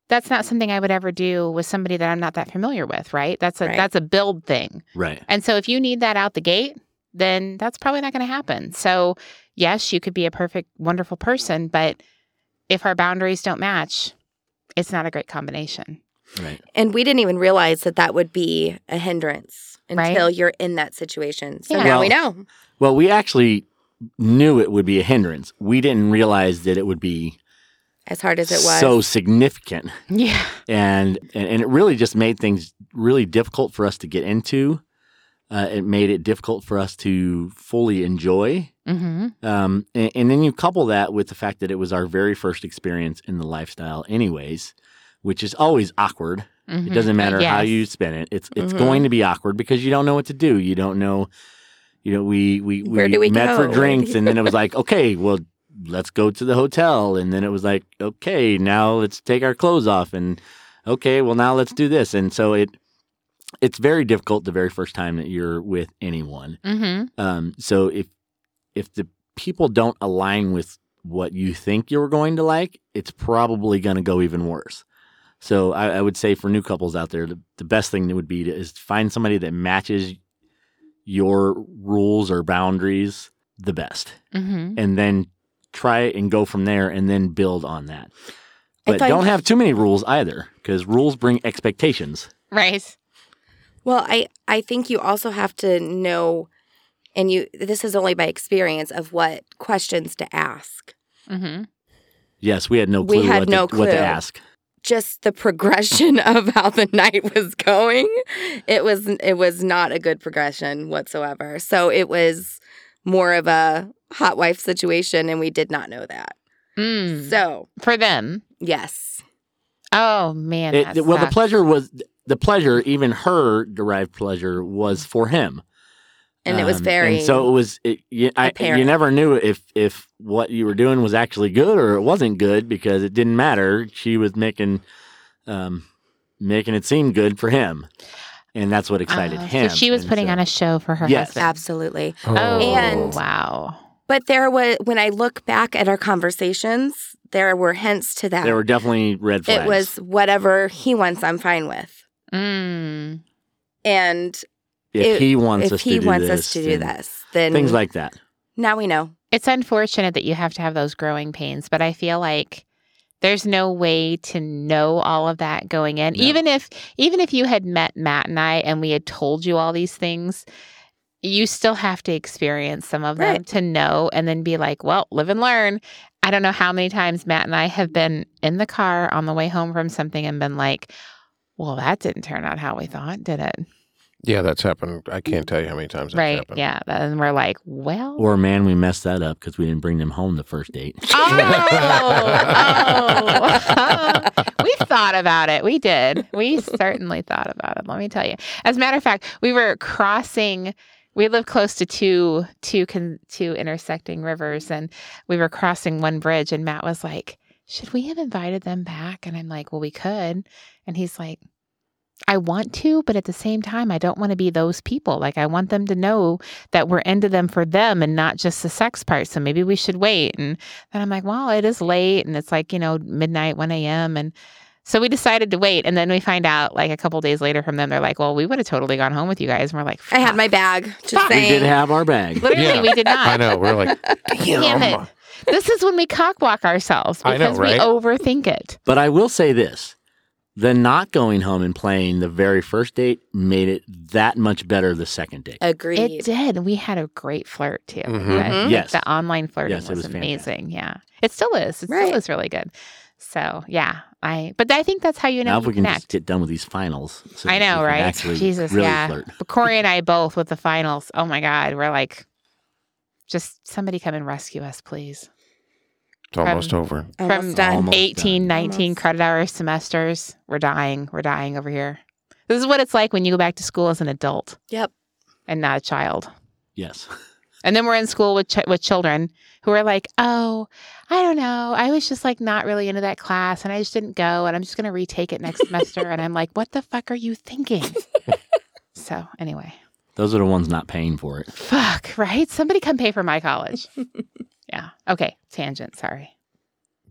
[SPEAKER 1] that's not something I would ever do with somebody that I'm not that familiar with, right? That's a
[SPEAKER 4] Right.
[SPEAKER 1] that's a build thing.
[SPEAKER 5] Right.
[SPEAKER 1] And so if you need that out the gate, then that's probably not going to happen. So, yes, you could be a perfect wonderful person, but if our boundaries don't match, it's not a great combination.
[SPEAKER 5] Right.
[SPEAKER 4] And we didn't even realize that that would be a hindrance
[SPEAKER 1] Right.
[SPEAKER 4] until you're in that situation. So
[SPEAKER 1] Yeah.
[SPEAKER 4] now we
[SPEAKER 5] Well-
[SPEAKER 4] know.
[SPEAKER 5] Well, we actually knew it would be a hindrance. We didn't realize that it would be
[SPEAKER 4] As hard as it was.
[SPEAKER 5] so significant,
[SPEAKER 1] Yeah.
[SPEAKER 5] and, and and it really just made things really difficult for us to get into. Uh, it made it difficult for us to fully enjoy
[SPEAKER 1] Mm-hmm.
[SPEAKER 5] Um, and, and then you couple that with the fact that it was our very first experience in the lifestyle, anyways, which is always awkward.
[SPEAKER 1] Mm-hmm.
[SPEAKER 4] Mm-hmm.
[SPEAKER 5] It doesn't matter how you spend it; it's it's
[SPEAKER 4] Mhm.
[SPEAKER 5] going to be awkward because you don't know what to do. You don't know. You know, we we,
[SPEAKER 4] Where do we
[SPEAKER 5] met for
[SPEAKER 4] go?
[SPEAKER 5] drinks, and then it was like, okay, well, let's go to the hotel, and then it was like, okay, now let's take our clothes off, and okay, well, now let's do this, and so it it's very difficult the very first time that you're with anyone.
[SPEAKER 1] Mm-hmm.
[SPEAKER 5] Um, so if if the people don't align with what you think you're going to like, it's probably going to go even worse. So I, I would say for new couples out there, the, the best thing that would be to, is find somebody that matches your rules or boundaries the best,
[SPEAKER 1] Mm-hmm.
[SPEAKER 5] and then try and go from there, and then build on that.
[SPEAKER 4] I
[SPEAKER 5] But
[SPEAKER 4] find-
[SPEAKER 5] don't have too many rules either, because rules bring expectations.
[SPEAKER 1] Right.
[SPEAKER 4] Well, I I think you also have to know and you this is only by experience of what questions to ask.
[SPEAKER 1] Mm-hmm.
[SPEAKER 5] Yes, we had no
[SPEAKER 4] We
[SPEAKER 5] clue,
[SPEAKER 4] had
[SPEAKER 5] what,
[SPEAKER 4] no
[SPEAKER 5] to, what to
[SPEAKER 4] clue.
[SPEAKER 5] ask.
[SPEAKER 4] Just the progression of how the night was going. It was it was not a good progression whatsoever. So it was more of a hot wife situation and we did not know that.
[SPEAKER 1] Mm.
[SPEAKER 4] So,
[SPEAKER 1] For them.
[SPEAKER 4] yes.
[SPEAKER 1] Oh man.
[SPEAKER 5] It-
[SPEAKER 1] that
[SPEAKER 5] well, the
[SPEAKER 1] sucks.
[SPEAKER 5] pleasure was the pleasure. Even her derived pleasure was for him,
[SPEAKER 4] And it was
[SPEAKER 5] Um,
[SPEAKER 4] very
[SPEAKER 5] And so it was. It, you, I, you
[SPEAKER 4] apparent.
[SPEAKER 5] never knew if if what you were doing was actually good or it wasn't good because it didn't matter. She was making, um, making it seem good for him, and that's what excited
[SPEAKER 1] Oh,
[SPEAKER 5] him.
[SPEAKER 1] So she was
[SPEAKER 5] And
[SPEAKER 1] putting
[SPEAKER 5] so-
[SPEAKER 1] on a show for her
[SPEAKER 5] Yes.
[SPEAKER 1] husband.
[SPEAKER 4] absolutely.
[SPEAKER 1] Oh,
[SPEAKER 4] And-
[SPEAKER 1] wow.
[SPEAKER 4] But there was when I look back at our conversations, there were hints to that.
[SPEAKER 5] There were definitely red flags.
[SPEAKER 4] it was whatever he wants, I'm fine with.
[SPEAKER 1] Mm.
[SPEAKER 4] And
[SPEAKER 5] if
[SPEAKER 4] it-
[SPEAKER 5] he wants
[SPEAKER 4] if
[SPEAKER 5] us
[SPEAKER 4] he
[SPEAKER 5] to do
[SPEAKER 4] wants
[SPEAKER 5] this,
[SPEAKER 4] us to do
[SPEAKER 5] then
[SPEAKER 4] this, then
[SPEAKER 5] things like that.
[SPEAKER 4] now we know.
[SPEAKER 1] It's unfortunate that you have to have those growing pains, but I feel like there's no way to know all of that going in.
[SPEAKER 5] No.
[SPEAKER 1] Even if even if you had met Matt and I and we had told you all these things, you still have to experience some of them
[SPEAKER 4] Right.
[SPEAKER 1] to know and then be like, well, live and learn. I don't know how many times Matt and I have been in the car on the way home from something and been like, well, that didn't turn out how we thought, did it?
[SPEAKER 3] Yeah, that's happened. I can't tell you how many times that's
[SPEAKER 1] right.
[SPEAKER 3] happened.
[SPEAKER 1] Yeah. And we're like, well,
[SPEAKER 5] Or man, we messed that up because we didn't bring them home the first date.
[SPEAKER 1] Oh, oh. we thought about it. We did. We certainly thought about it. Let me tell you. As a matter of fact, we were crossing. We live close to two two con, two intersecting rivers, and we were crossing one bridge. And Matt was like, "Should we have invited them back?" And I'm like, "Well, we could." And he's like, "I want to, but at the same time, I don't want to be those people. Like, I want them to know that we're into them for them and not just the sex part. So maybe we should wait." And and I'm like, well, it is late and it's like, you know, midnight, 1 a.m. And so we decided to wait. And then we find out like a couple days later from them, they're like, well, we would have totally gone home with you guys. And we're like,
[SPEAKER 4] I had
[SPEAKER 1] "Fuck."
[SPEAKER 4] my bag. Just
[SPEAKER 1] Fuck.
[SPEAKER 5] we
[SPEAKER 4] saying.
[SPEAKER 5] did have our bag.
[SPEAKER 1] Literally,
[SPEAKER 3] Yeah.
[SPEAKER 1] we did
[SPEAKER 3] I
[SPEAKER 1] not.
[SPEAKER 3] know. We're like,
[SPEAKER 1] Damn
[SPEAKER 3] damn.
[SPEAKER 1] it. This is when we cockblock ourselves
[SPEAKER 3] I know,
[SPEAKER 1] because
[SPEAKER 3] right?
[SPEAKER 1] we overthink it.
[SPEAKER 5] But I will say this the not going home and playing the very first date made it that much better the second date.
[SPEAKER 1] It
[SPEAKER 4] Agreed.
[SPEAKER 1] did. We had a great flirt too.
[SPEAKER 3] Mhm.
[SPEAKER 1] Mm-hmm. I think
[SPEAKER 5] Yes.
[SPEAKER 1] The online flirting
[SPEAKER 5] Yes, it
[SPEAKER 1] was,
[SPEAKER 5] was
[SPEAKER 1] amazing. Yeah. It still is. It
[SPEAKER 4] Right.
[SPEAKER 1] still is really good. So yeah. I but I think that's how you know
[SPEAKER 5] now,
[SPEAKER 1] you
[SPEAKER 5] if we can just
[SPEAKER 1] connect.
[SPEAKER 5] get done with these finals. so
[SPEAKER 1] I
[SPEAKER 5] that we
[SPEAKER 1] know,
[SPEAKER 5] can
[SPEAKER 1] right?
[SPEAKER 5] actually
[SPEAKER 1] Jesus,
[SPEAKER 5] really
[SPEAKER 1] yeah.
[SPEAKER 5] flirt.
[SPEAKER 1] But Corey and I both with the finals. Oh my God. We're like, just somebody come and rescue us, please.
[SPEAKER 3] It's almost over.
[SPEAKER 4] Almost
[SPEAKER 1] From
[SPEAKER 4] done.
[SPEAKER 5] Almost. done.
[SPEAKER 1] 18, 19
[SPEAKER 4] Almost.
[SPEAKER 1] credit hour semesters. We're dying. We're dying over here. This is what it's like when you go back to school as an adult
[SPEAKER 4] Yep.
[SPEAKER 1] and not a child.
[SPEAKER 5] Yes.
[SPEAKER 1] And then we're in school with ch- with children who are like, "Oh, I don't know. I was just like not really into that class, and I just didn't go, and I'm just going to retake it next semester." And I'm like, "What the fuck are you thinking?" so anyway,
[SPEAKER 5] Those are the ones not paying for it.
[SPEAKER 1] fuck, right? Somebody come pay for my college. yeah. Okay. Tangent. Sorry.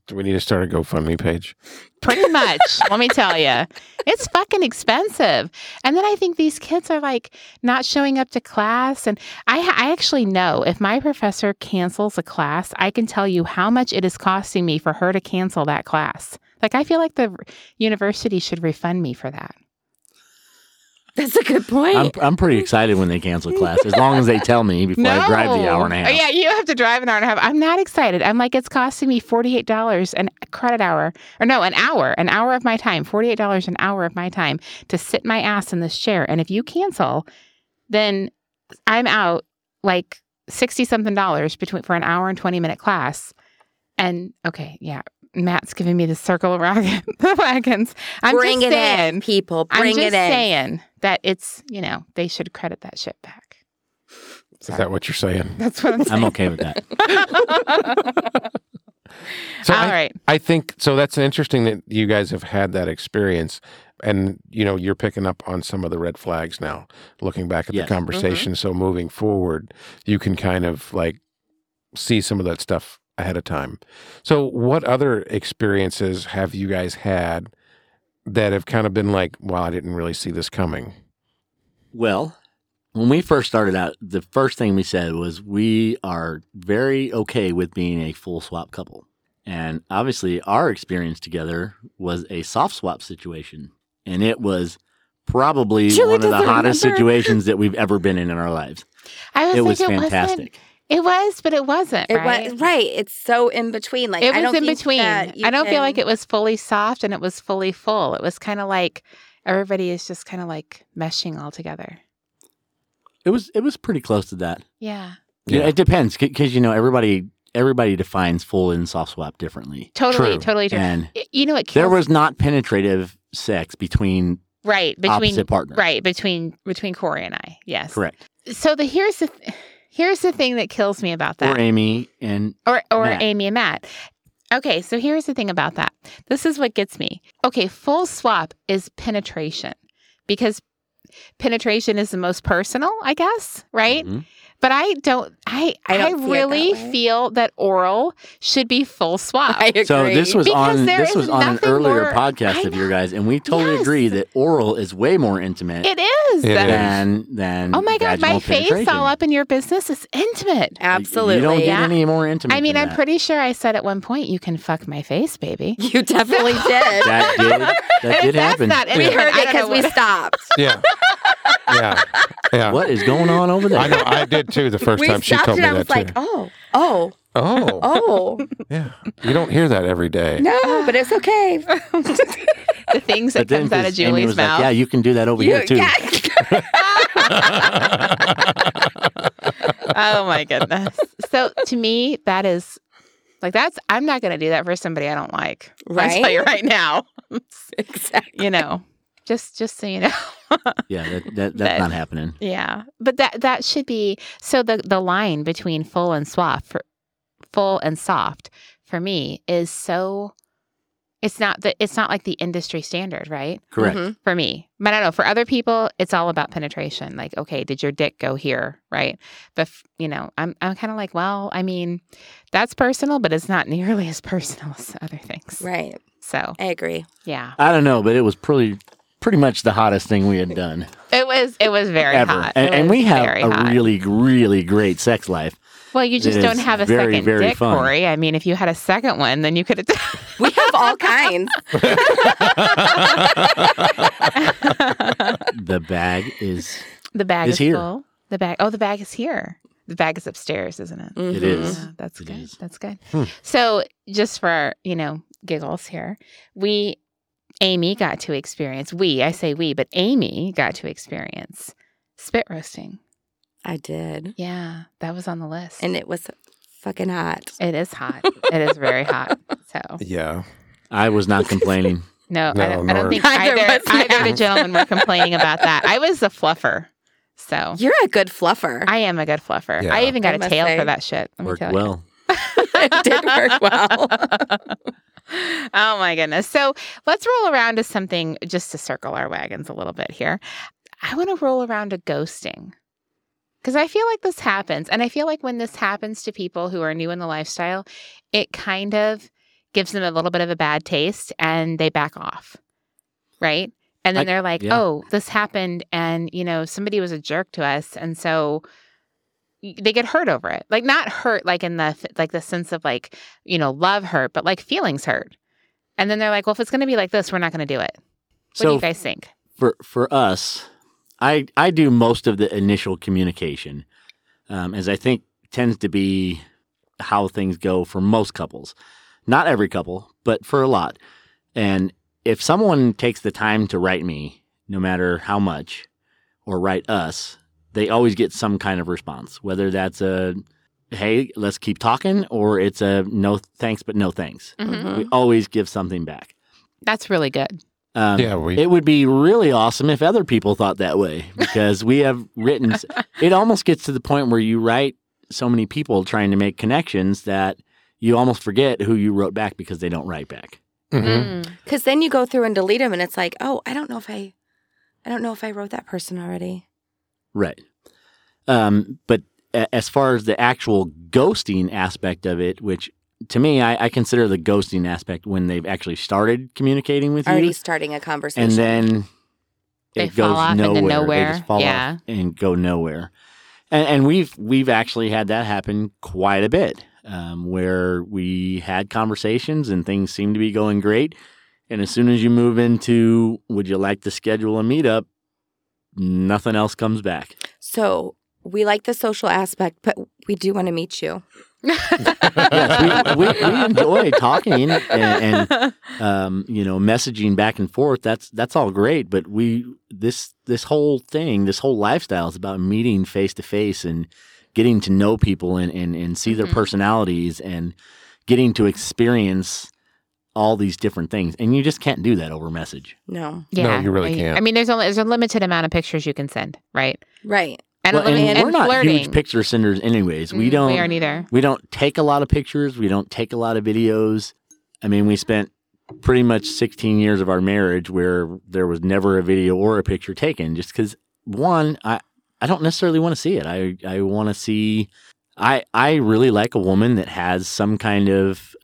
[SPEAKER 3] Do we need to start a GoFundMe page?
[SPEAKER 1] Pretty much. let me tell you, it's fucking expensive. And then I think these kids are like not showing up to class. And I, I actually know if my professor cancels a class, I can tell you how much it is costing me for her to cancel that class. Like, I feel like the university should refund me for that.
[SPEAKER 4] That's a good point.
[SPEAKER 5] I'm, I'm pretty excited when they cancel class, as long as they tell me before I drive the hour and a half.
[SPEAKER 1] Oh, yeah, you have to drive an hour and a half. I'm not excited. I'm like, it's costing me $48 an credit hour, or no, an hour, an hour of my time, $48 an hour of my time to sit my ass in this chair. And if you cancel, then I'm out like 60 something dollars between for an hour and 20 minute class. And okay, yeah, Matt's giving me the circle of rocket, the wagons. I'm
[SPEAKER 4] Bring
[SPEAKER 1] just
[SPEAKER 4] it
[SPEAKER 1] saying,
[SPEAKER 4] in, people.
[SPEAKER 1] I'm
[SPEAKER 4] Bring
[SPEAKER 1] just
[SPEAKER 4] it in.
[SPEAKER 1] saying that it's, you know, they should credit that shit back.
[SPEAKER 3] Is
[SPEAKER 1] Sorry.
[SPEAKER 3] that what you're saying?
[SPEAKER 1] That's what I'm saying.
[SPEAKER 5] I'm okay with that.
[SPEAKER 3] So
[SPEAKER 1] All
[SPEAKER 3] I,
[SPEAKER 1] right.
[SPEAKER 3] I think so. That's interesting that you guys have had that experience, and you know you're picking up on some of the red flags now. Looking back at
[SPEAKER 5] Yes.
[SPEAKER 4] Mm-hmm.
[SPEAKER 3] the conversation, so moving forward, you can kind of like see some of that stuff ahead of time. So, what other experiences have you guys had that have kind of been like, "Wow, I didn't really see this coming."
[SPEAKER 5] Well, when we first started out, the first thing we said was we are very okay with being a full swap couple. And obviously, our experience together was a soft swap situation. And it was probably
[SPEAKER 4] Julie
[SPEAKER 5] one of the
[SPEAKER 4] doesn't
[SPEAKER 5] hottest
[SPEAKER 4] remember.
[SPEAKER 5] situations that we've ever been in in our lives.
[SPEAKER 1] I was
[SPEAKER 5] it
[SPEAKER 1] like,
[SPEAKER 5] was
[SPEAKER 1] it
[SPEAKER 5] fantastic.
[SPEAKER 1] Wasn't, it was, but it wasn't.
[SPEAKER 4] It
[SPEAKER 1] right?
[SPEAKER 4] was right. It's so in between. Like
[SPEAKER 1] it
[SPEAKER 4] I
[SPEAKER 1] was
[SPEAKER 4] don't
[SPEAKER 1] in
[SPEAKER 4] think
[SPEAKER 1] between.
[SPEAKER 4] that you
[SPEAKER 1] I don't feel
[SPEAKER 4] can-
[SPEAKER 1] like it was fully soft and it was fully full. It was kind of like everybody is just kind of like meshing all together.
[SPEAKER 5] It was it was pretty close to that.
[SPEAKER 1] Yeah.
[SPEAKER 5] Yeah.
[SPEAKER 3] Yeah.
[SPEAKER 5] it depends because you know everybody everybody defines full and soft swap differently.
[SPEAKER 1] Totally,
[SPEAKER 3] True.
[SPEAKER 1] totally true.
[SPEAKER 5] And
[SPEAKER 1] Y- you know, it
[SPEAKER 5] there
[SPEAKER 1] kills-
[SPEAKER 5] was not penetrative sex between
[SPEAKER 1] right between
[SPEAKER 5] opposite partners.
[SPEAKER 1] right between between Corey and I. Yes,
[SPEAKER 5] Correct.
[SPEAKER 1] So the here's the th- here's the thing that kills me about that.
[SPEAKER 5] Or Amy and
[SPEAKER 1] or or
[SPEAKER 5] Matt.
[SPEAKER 1] Amy and Matt. Okay, so here's the thing about that. This is what gets me. Okay, full swap is penetration because penetration is the most personal, I guess, right?
[SPEAKER 5] Mhm.
[SPEAKER 3] Mm-hmm.
[SPEAKER 1] But I don't I I,
[SPEAKER 4] I don't see it that
[SPEAKER 1] really
[SPEAKER 4] way.
[SPEAKER 1] feel that oral should be full swap.
[SPEAKER 4] I agree.
[SPEAKER 5] So this was
[SPEAKER 1] Because
[SPEAKER 5] on
[SPEAKER 1] there
[SPEAKER 5] this
[SPEAKER 1] is
[SPEAKER 5] was on an
[SPEAKER 1] nothing
[SPEAKER 5] earlier
[SPEAKER 1] more-
[SPEAKER 5] podcast
[SPEAKER 1] I
[SPEAKER 5] of
[SPEAKER 1] know.
[SPEAKER 5] your guys, and we totally
[SPEAKER 1] Yes.
[SPEAKER 5] agree that oral is way more intimate
[SPEAKER 1] it is.
[SPEAKER 3] It is.
[SPEAKER 5] than than
[SPEAKER 1] Oh my god, my
[SPEAKER 5] vaginal
[SPEAKER 1] face
[SPEAKER 5] penetration.
[SPEAKER 1] all up in your business is intimate.
[SPEAKER 4] absolutely.
[SPEAKER 5] You don't get
[SPEAKER 1] Yeah.
[SPEAKER 5] any more intimate.
[SPEAKER 1] I mean,
[SPEAKER 5] than
[SPEAKER 1] I'm
[SPEAKER 5] that.
[SPEAKER 1] pretty sure I said at one point you can fuck my face, baby.
[SPEAKER 4] You definitely did.
[SPEAKER 5] That did that
[SPEAKER 1] If
[SPEAKER 5] did
[SPEAKER 1] that's
[SPEAKER 5] happen.
[SPEAKER 1] not
[SPEAKER 4] We
[SPEAKER 1] intimate,
[SPEAKER 4] heard
[SPEAKER 1] I don't
[SPEAKER 4] it
[SPEAKER 1] know
[SPEAKER 4] because we
[SPEAKER 1] what-
[SPEAKER 4] stopped.
[SPEAKER 3] Yeah, yeah, yeah.
[SPEAKER 5] What is going on over there?
[SPEAKER 3] I know. I did too. The first
[SPEAKER 4] we
[SPEAKER 3] time she
[SPEAKER 4] stopped
[SPEAKER 3] told me
[SPEAKER 4] and I
[SPEAKER 3] that
[SPEAKER 4] was like,
[SPEAKER 3] too.
[SPEAKER 4] oh, oh,
[SPEAKER 3] Oh,
[SPEAKER 4] oh,
[SPEAKER 3] yeah. You don't hear that every day.
[SPEAKER 4] no, but it's okay.
[SPEAKER 1] the things that
[SPEAKER 5] But then
[SPEAKER 1] comes out of
[SPEAKER 5] 'cause Amy
[SPEAKER 1] Julie's
[SPEAKER 5] was like,
[SPEAKER 1] mouth.
[SPEAKER 5] yeah, you can do that over
[SPEAKER 4] You-
[SPEAKER 5] here too.
[SPEAKER 4] yeah.
[SPEAKER 1] oh my goodness. So to me, that is like that's I'm not gonna do that for somebody I don't like. I tell
[SPEAKER 4] Right?
[SPEAKER 1] you right now.
[SPEAKER 4] exactly.
[SPEAKER 1] you know. Just just so you know.
[SPEAKER 5] Yeah, that, that that's
[SPEAKER 1] That-
[SPEAKER 5] not happening.
[SPEAKER 1] Yeah. But that that should be so the the line between full and soft for full and soft for me is so it's not the it's not like the industry standard, right?
[SPEAKER 5] Correct.
[SPEAKER 4] Mhm.
[SPEAKER 1] for me. But I don't know. For other people, it's all about penetration. Like, okay, did your dick go here? Right. But, f- you know, I'm, I'm kind of like, well, I mean, that's personal, but it's not nearly as personal as other things.
[SPEAKER 4] Right.
[SPEAKER 1] So,
[SPEAKER 4] I agree.
[SPEAKER 1] yeah.
[SPEAKER 5] I don't know, but it was pretty pretty much the hottest thing we had done
[SPEAKER 1] It was, it was very
[SPEAKER 5] ever.
[SPEAKER 1] hot.
[SPEAKER 5] And,
[SPEAKER 1] It
[SPEAKER 5] and
[SPEAKER 1] was
[SPEAKER 5] we have
[SPEAKER 1] very
[SPEAKER 5] a
[SPEAKER 1] hot.
[SPEAKER 5] really really great sex life.
[SPEAKER 1] Well, you just
[SPEAKER 5] It
[SPEAKER 1] don't
[SPEAKER 5] is
[SPEAKER 1] have a
[SPEAKER 5] very,
[SPEAKER 1] second
[SPEAKER 5] very
[SPEAKER 1] dick,
[SPEAKER 5] fun.
[SPEAKER 1] Corey. I mean, if you had a second one, then you could have.
[SPEAKER 4] We have all kinds.
[SPEAKER 5] the bag is
[SPEAKER 1] the bag
[SPEAKER 5] It's
[SPEAKER 1] is
[SPEAKER 5] here.
[SPEAKER 1] full. The bag. Oh, the bag is here. The bag is upstairs, isn't it?
[SPEAKER 5] It
[SPEAKER 4] Mhm.
[SPEAKER 5] is.
[SPEAKER 1] Mm-hmm. Yeah, that's
[SPEAKER 5] It
[SPEAKER 1] good.
[SPEAKER 5] is.
[SPEAKER 1] That's good.
[SPEAKER 3] Hmm.
[SPEAKER 1] So, just for you know, giggles here, we, Amy, got to experience. We, I say we, but Amy got to experience spit roasting.
[SPEAKER 4] I did.
[SPEAKER 1] Yeah, that was on the list,
[SPEAKER 4] And it was fucking hot.
[SPEAKER 1] it is hot. it is very hot. So,
[SPEAKER 3] Yeah.
[SPEAKER 5] I was not complaining.
[SPEAKER 1] no, I,
[SPEAKER 3] No,
[SPEAKER 1] don't, I don't
[SPEAKER 3] nor-
[SPEAKER 1] think
[SPEAKER 4] Neither
[SPEAKER 1] either either,
[SPEAKER 4] was
[SPEAKER 1] the
[SPEAKER 4] Matt.
[SPEAKER 1] gentlemen were complaining about that. I was the fluffer,
[SPEAKER 5] Oh.
[SPEAKER 1] so.
[SPEAKER 4] You're a good fluffer.
[SPEAKER 1] I am a good fluffer.
[SPEAKER 3] Yeah.
[SPEAKER 1] I even got
[SPEAKER 4] I
[SPEAKER 1] a
[SPEAKER 4] must
[SPEAKER 1] tail
[SPEAKER 4] say.
[SPEAKER 1] for that shit. let me
[SPEAKER 5] Worked
[SPEAKER 1] tell you.
[SPEAKER 5] well.
[SPEAKER 4] It did work well.
[SPEAKER 1] oh my goodness. So let's roll around to something just to circle our wagons a little bit here. I want to roll around to ghosting because I feel like this happens. And I feel like when this happens to people who are new in the lifestyle, it kind of gives them a little bit of a bad taste and they back off. Right. And then
[SPEAKER 5] I-
[SPEAKER 1] they're like,
[SPEAKER 5] yeah.
[SPEAKER 1] oh, this happened. And, you know, somebody was a jerk to us. And so, they get hurt over it like not hurt like in the like the sense of like you know love hurt but like feelings hurt and then they're like well if it's going to be like this we're not going to do it what do
[SPEAKER 5] So
[SPEAKER 1] you guys think
[SPEAKER 5] for for us, I I do most of the initial communication, um, as I think tends to be how things go for most couples. Not every couple, but for a lot. And if someone takes the time to write me, no matter how much, or write us, they always get some kind of response, whether that's a hey, let's keep talking, or it's a no thanks, but no thanks.
[SPEAKER 4] Mm-hmm.
[SPEAKER 5] We always give something back.
[SPEAKER 1] that's really good
[SPEAKER 5] Um,
[SPEAKER 3] yeah. We,
[SPEAKER 5] it would be really awesome if other people thought that way because we have written. It almost gets to the point where you write so many people trying to make connections that you almost forget who you wrote back because they don't write back.
[SPEAKER 3] Mhm.
[SPEAKER 4] Mm-hmm.
[SPEAKER 5] Mm-hmm.
[SPEAKER 4] Because then you go through and delete them, and it's like, oh, I don't know if I, I don't know if I wrote that person already.
[SPEAKER 5] Right. Um, but a- as far as the actual ghosting aspect of it, which to me, I, I consider the ghosting aspect when they've actually started communicating with
[SPEAKER 4] Already
[SPEAKER 5] you,
[SPEAKER 4] starting a conversation.
[SPEAKER 5] and then
[SPEAKER 1] They
[SPEAKER 5] it
[SPEAKER 1] fall
[SPEAKER 5] goes
[SPEAKER 1] off into
[SPEAKER 5] nowhere.
[SPEAKER 1] nowhere.
[SPEAKER 5] They just fall
[SPEAKER 1] Yeah.
[SPEAKER 5] off and go nowhere. And, and we've we've actually had that happen quite a bit, um, where we had conversations and things seemed to be going great, and as soon as you move into, would you like to schedule a meetup? Nothing else comes back.
[SPEAKER 4] so we like the social aspect, but we do want to meet you.
[SPEAKER 5] Yes, we, we, we enjoy talking and, and um, you know, messaging back and forth. That's that's all great, but we this this whole thing, this whole lifestyle is about meeting face to face and getting to know people and and, and see their
[SPEAKER 1] Mhm.
[SPEAKER 5] personalities and getting to experience all these different things. And you just can't do that over message.
[SPEAKER 4] No,
[SPEAKER 1] yeah
[SPEAKER 3] you really
[SPEAKER 1] I-
[SPEAKER 3] can't.
[SPEAKER 1] i mean there's only there's a limited amount of pictures you can send right
[SPEAKER 4] right?
[SPEAKER 1] and,
[SPEAKER 5] Well,
[SPEAKER 1] a limited-
[SPEAKER 5] we're not
[SPEAKER 1] flirting
[SPEAKER 5] huge picture senders, anyways. We
[SPEAKER 1] Mm,
[SPEAKER 5] don't.
[SPEAKER 1] we aren't either
[SPEAKER 5] We don't take a lot of pictures. We don't take a lot of videos. I mean, we spent pretty much 16 years of our marriage where there was never a video or a picture taken just because one, I, I don't necessarily want to see it. I, I want to see, I, I really like a woman that has some kind of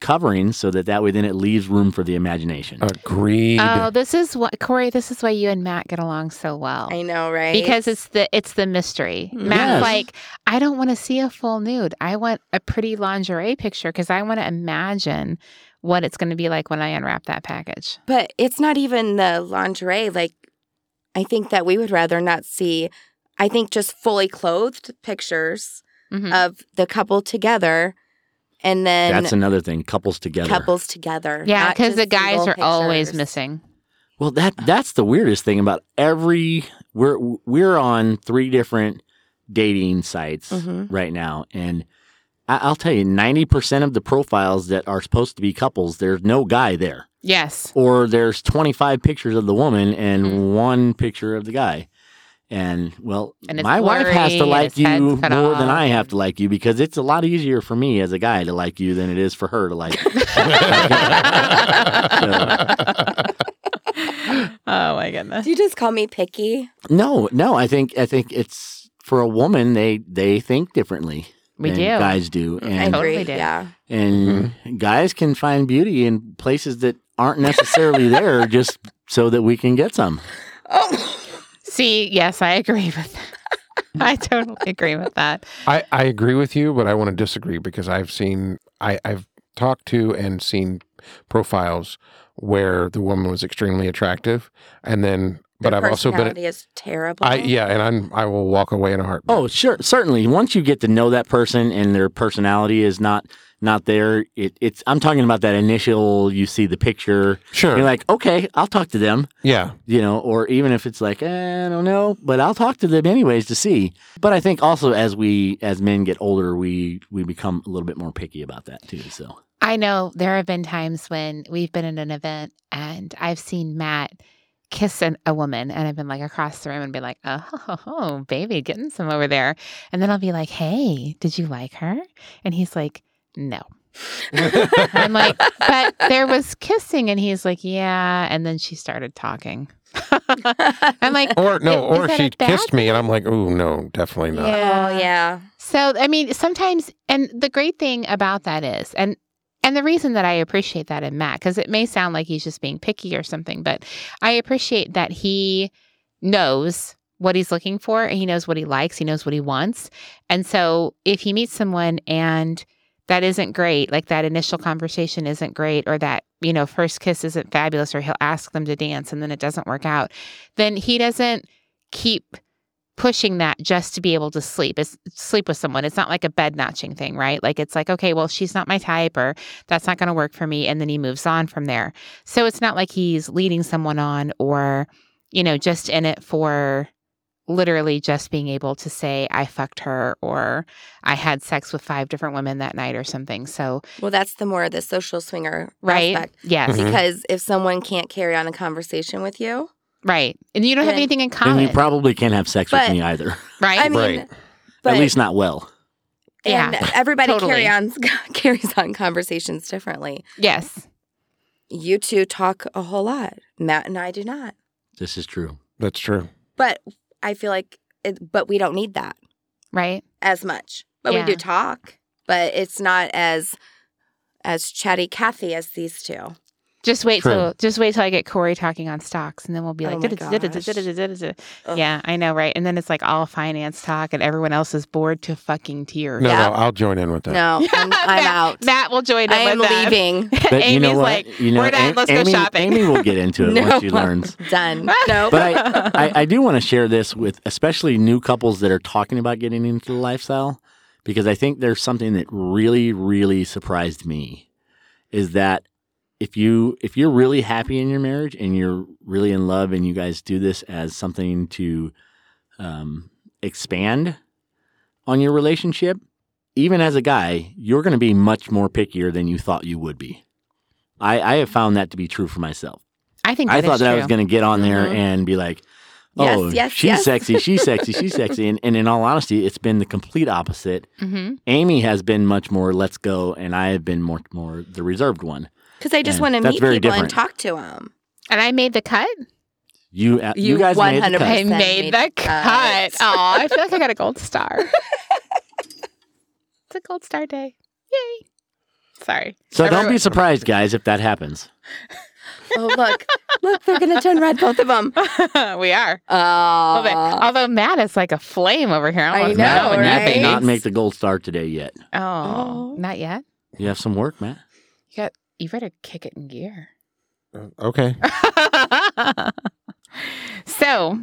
[SPEAKER 5] covering so that that way then it leaves room for the imagination.
[SPEAKER 3] Agreed.
[SPEAKER 1] oh this is what corey this is why you and matt get along so well
[SPEAKER 5] Oh.
[SPEAKER 4] I know, right?
[SPEAKER 1] because it's the it's the mystery. Matt's
[SPEAKER 5] Yes.
[SPEAKER 1] like, I don't want to see a full nude. I want a pretty lingerie picture because I want to imagine what it's going to be like when I unwrap that package.
[SPEAKER 4] but it's not even the lingerie. Like, I think that we would rather not see. I think just fully clothed pictures
[SPEAKER 1] Mhm.
[SPEAKER 4] of the couple together, and then
[SPEAKER 5] Mm. That's another thing. Couples together.
[SPEAKER 4] couples together.
[SPEAKER 1] yeah,
[SPEAKER 4] not
[SPEAKER 1] because the
[SPEAKER 4] just
[SPEAKER 1] guys are
[SPEAKER 4] single
[SPEAKER 1] always
[SPEAKER 4] pictures.
[SPEAKER 1] missing.
[SPEAKER 5] Well, that that's the weirdest thing about every we're we're on three different dating sites
[SPEAKER 4] Mhm.
[SPEAKER 1] Mm-hmm.
[SPEAKER 5] right now, and I, I'll tell you, ninety percent of the profiles that are supposed to be couples, there's no guy there,
[SPEAKER 1] Yes.
[SPEAKER 5] or there's twenty five pictures of the woman and
[SPEAKER 1] Mhm.
[SPEAKER 5] one picture of the guy. And well,
[SPEAKER 1] And it's
[SPEAKER 5] my wife has
[SPEAKER 1] blurry,
[SPEAKER 5] to
[SPEAKER 1] and
[SPEAKER 5] like
[SPEAKER 1] his head's
[SPEAKER 5] you more
[SPEAKER 1] cut
[SPEAKER 5] than I
[SPEAKER 1] off.
[SPEAKER 5] have to like you because it's a lot easier for me as a guy to like you than it is for her to like. So-
[SPEAKER 1] oh my goodness.
[SPEAKER 4] Do you just call me picky?
[SPEAKER 5] No, no. I think I think it's for a woman. They they think differently.
[SPEAKER 1] We
[SPEAKER 5] than
[SPEAKER 1] do. Mm-hmm.
[SPEAKER 5] Guys do, and
[SPEAKER 1] totally
[SPEAKER 4] agree.
[SPEAKER 1] do.
[SPEAKER 4] Yeah.
[SPEAKER 5] and
[SPEAKER 4] Mm-hmm.
[SPEAKER 5] guys can find beauty in places that aren't necessarily there, just so that we can get some.
[SPEAKER 4] Oh,
[SPEAKER 1] See, yes, I agree with that. I totally agree with that.
[SPEAKER 3] I, I agree with you, but I want to disagree because I've seen I, I've talked to and seen profiles where the woman was extremely attractive, and then but
[SPEAKER 4] Their
[SPEAKER 3] I've also
[SPEAKER 4] personality
[SPEAKER 3] been
[SPEAKER 4] is terrible.
[SPEAKER 3] I yeah, and I'm I will walk away in a heartbeat.
[SPEAKER 5] Oh, sure, certainly. Once you get to know that person and their personality is not not there, it, it's. I'm talking about that initial. You see the picture,
[SPEAKER 3] sure,
[SPEAKER 5] you're like, okay, I'll talk to them.
[SPEAKER 3] yeah,
[SPEAKER 5] you know, or even if it's like, eh, I don't know, but I'll talk to them anyways to see. But I think also as we as men get older, we we become a little bit more picky about that too. So
[SPEAKER 1] I know there have been times when we've been at an event and I've seen Matt kiss an, a woman and I've been like across the room and been like, oh, ho, ho, ho, baby, getting some over there. And then I'll be like, hey, did you like her? And he's like, no. I'm like, but there was kissing. And he's like, yeah. And then she started talking. I'm like,
[SPEAKER 3] or no,
[SPEAKER 1] Is- is
[SPEAKER 3] or
[SPEAKER 1] that
[SPEAKER 3] she
[SPEAKER 1] a bad
[SPEAKER 3] kissed me, and I'm like, oh no, definitely not.
[SPEAKER 4] Oh yeah.
[SPEAKER 1] So I mean, sometimes, and the great thing about that is, and and the reason that I appreciate that in Matt, because it may sound like he's just being picky or something, but I appreciate that he knows what he's looking for and he knows what he likes, he knows what he wants, and so if he meets someone and that isn't great, like that initial conversation isn't great, or that you know first kiss isn't fabulous, or he'll ask them to dance and then it doesn't work out, then he doesn't keep pushing that just to be able to sleep is sleep with someone it's not like a bed notching thing right like it's like okay well she's not my type or that's not going to work for me and then he moves on from there so it's not like he's leading someone on or you know just in it for literally just being able to say i fucked her or i had sex with five different women that night or something so
[SPEAKER 4] Well, that's the more the social swinger
[SPEAKER 1] right
[SPEAKER 4] aspect.
[SPEAKER 1] yes
[SPEAKER 3] Mhm.
[SPEAKER 4] Because if someone can't carry on a conversation with you,
[SPEAKER 1] right and you don't have
[SPEAKER 4] Then-
[SPEAKER 1] anything in
[SPEAKER 5] Mm-hmm. and
[SPEAKER 1] common
[SPEAKER 5] you probably can't have sex
[SPEAKER 4] But-
[SPEAKER 5] with me either,
[SPEAKER 1] right
[SPEAKER 4] I mean,
[SPEAKER 3] Right.
[SPEAKER 4] but
[SPEAKER 5] at least not well.
[SPEAKER 4] and
[SPEAKER 1] Yeah,
[SPEAKER 4] everybody
[SPEAKER 1] totally.
[SPEAKER 4] carry on carries on conversations differently.
[SPEAKER 1] yes
[SPEAKER 4] You two talk a whole lot. Matt and I do not.
[SPEAKER 5] This is true.
[SPEAKER 3] That's true.
[SPEAKER 4] But I feel like, it, but we don't need that
[SPEAKER 1] right
[SPEAKER 4] as much. But
[SPEAKER 1] Yeah.
[SPEAKER 4] we do talk. But it's not as as chatty Cathy as these two.
[SPEAKER 1] Just wait
[SPEAKER 3] True.
[SPEAKER 1] till just wait till I get Corey talking on stocks, and then we'll be
[SPEAKER 4] Oh
[SPEAKER 1] like,
[SPEAKER 4] my
[SPEAKER 1] "Da-da-da-da-da-da-da-da-da."
[SPEAKER 4] Ugh.
[SPEAKER 1] yeah, I know, right? And then it's like all finance talk, and everyone else is bored to fucking tears.
[SPEAKER 3] No,
[SPEAKER 4] Yeah.
[SPEAKER 3] no, I'll join in with that.
[SPEAKER 4] No, I'm, I'm out.
[SPEAKER 1] Matt will join. in
[SPEAKER 4] I am
[SPEAKER 1] with that.
[SPEAKER 4] leaving.
[SPEAKER 5] But
[SPEAKER 1] Amy's
[SPEAKER 5] you know what?
[SPEAKER 1] like,
[SPEAKER 5] you know,
[SPEAKER 1] "We're done.
[SPEAKER 5] Am-
[SPEAKER 1] Let's go
[SPEAKER 5] Amy,
[SPEAKER 1] shopping."
[SPEAKER 5] Amy will get into it
[SPEAKER 4] No.
[SPEAKER 5] once she learns.
[SPEAKER 4] Done. No.
[SPEAKER 5] But I, I, I do want to share this with especially new couples that are talking about getting into the lifestyle because I think there's something that really, really surprised me is that if you if you're really happy in your marriage and you're really in love and you guys do this as something to um, expand on your relationship, even as a guy, you're going to be much more pickier than you thought you would be. I, I have found that to be true for myself.
[SPEAKER 1] I think
[SPEAKER 5] I
[SPEAKER 1] that is
[SPEAKER 5] thought that I was
[SPEAKER 1] true. Mm-hmm.
[SPEAKER 5] going to get on there
[SPEAKER 4] Mhm.
[SPEAKER 5] and be like,
[SPEAKER 4] Yes,
[SPEAKER 5] "Oh,
[SPEAKER 4] yes,
[SPEAKER 5] she's
[SPEAKER 4] yes.
[SPEAKER 5] sexy, she's sexy, she's sexy," and, and in all honesty, it's been the complete opposite.
[SPEAKER 1] Mhm.
[SPEAKER 5] Amy has been much more "let's go," and I have been much more the reserved one.
[SPEAKER 4] Because I just
[SPEAKER 5] Yeah,
[SPEAKER 4] want to
[SPEAKER 5] that's
[SPEAKER 4] meet people
[SPEAKER 5] very
[SPEAKER 4] and
[SPEAKER 5] different.
[SPEAKER 4] talk to them.
[SPEAKER 1] And I made the cut.
[SPEAKER 5] You uh, you,
[SPEAKER 4] You
[SPEAKER 5] guys made the
[SPEAKER 4] 100%
[SPEAKER 5] cut.
[SPEAKER 1] I
[SPEAKER 4] Yes, I
[SPEAKER 1] made
[SPEAKER 4] made
[SPEAKER 1] the
[SPEAKER 4] the
[SPEAKER 1] cut.
[SPEAKER 4] cut.
[SPEAKER 1] Aw, I feel like I got a gold star. it's a gold star day. Yay! Sorry.
[SPEAKER 5] So don't
[SPEAKER 1] Everyone-
[SPEAKER 5] be surprised, guys, if that happens.
[SPEAKER 4] Oh look, look, they're gonna turn red, both of them.
[SPEAKER 1] we are.
[SPEAKER 4] Oh,
[SPEAKER 1] Although- although Matt is like a flame over here.
[SPEAKER 4] I
[SPEAKER 1] almost
[SPEAKER 4] know,
[SPEAKER 5] Matt,
[SPEAKER 1] melting.
[SPEAKER 5] Matt did
[SPEAKER 4] right?
[SPEAKER 5] not make the gold star today yet.
[SPEAKER 1] Oh,
[SPEAKER 4] Oh.
[SPEAKER 1] not yet.
[SPEAKER 5] You have some work, Matt.
[SPEAKER 1] You got. You better kick it in gear.
[SPEAKER 3] Uh, Okay.
[SPEAKER 1] so,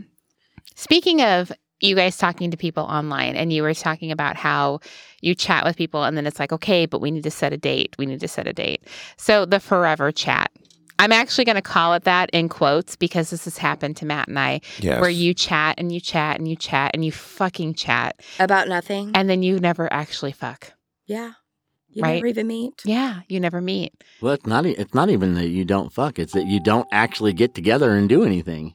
[SPEAKER 1] speaking of you guys talking to people online, and you were talking about how you chat with people, and then it's like, okay, but we need to set a date. We need to set a date. So, the forever chat. I'm actually going to call it that in quotes because this has happened to Matt and I,
[SPEAKER 3] Yes.
[SPEAKER 1] where you chat and you chat and you chat and you fucking chat,
[SPEAKER 4] about nothing.
[SPEAKER 1] and then you never actually fuck.
[SPEAKER 4] yeah, you
[SPEAKER 1] Right.
[SPEAKER 4] never even meet.
[SPEAKER 1] Yeah, you never meet.
[SPEAKER 5] Well, it's not e- it's not even that you don't fuck. It's that you don't actually get together and do anything.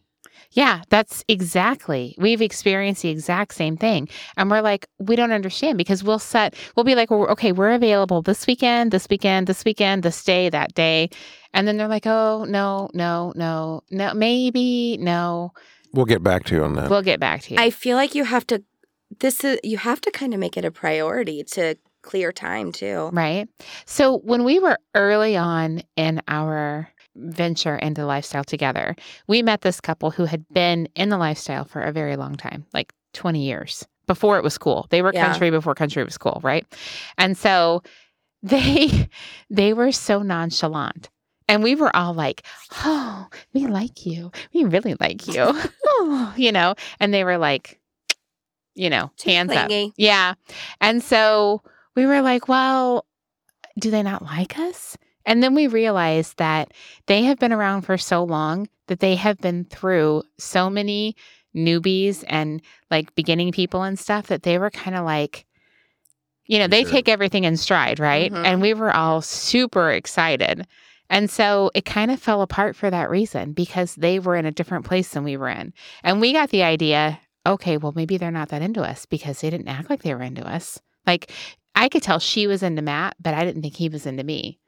[SPEAKER 1] Yeah, that's exactly. We've experienced the exact same thing. And we're like, we don't understand because we'll set, we'll be like, well, okay, we're available this weekend, this weekend, this weekend, this day, that day. And then they're like, oh, no, no, no, no, maybe, no.
[SPEAKER 3] we'll get back to you on that.
[SPEAKER 1] We'll get back to you.
[SPEAKER 4] I feel like you have to. This is you have to kind of make it a priority to clear time too.
[SPEAKER 1] Right. So when we were early on in our venture into lifestyle together, we met this couple who had been in the lifestyle for a very long time, like 20 years. before it was cool. They were
[SPEAKER 4] Yeah.
[SPEAKER 1] country before country was cool, right? And so they they were so nonchalant. And we were all like, "Oh, we like you. We really like you." oh, you know, and they were like, you know,
[SPEAKER 4] Too
[SPEAKER 1] hands
[SPEAKER 4] clingy.
[SPEAKER 1] up. Yeah. And so we were like, "Well, do they not like us?" And then we realized that they have been around for so long that they have been through so many newbies and like beginning people and stuff that they were kind of like, you know, they
[SPEAKER 2] Sure.
[SPEAKER 1] take everything in stride, right?
[SPEAKER 4] Mhm.
[SPEAKER 1] And we were all super excited. And so it kind of fell apart for that reason because they were in a different place than we were in. And we got the idea okay, well, maybe they're not that into us because they didn't act like they were into us. Like I could tell she was into Matt, but I didn't think he was into me.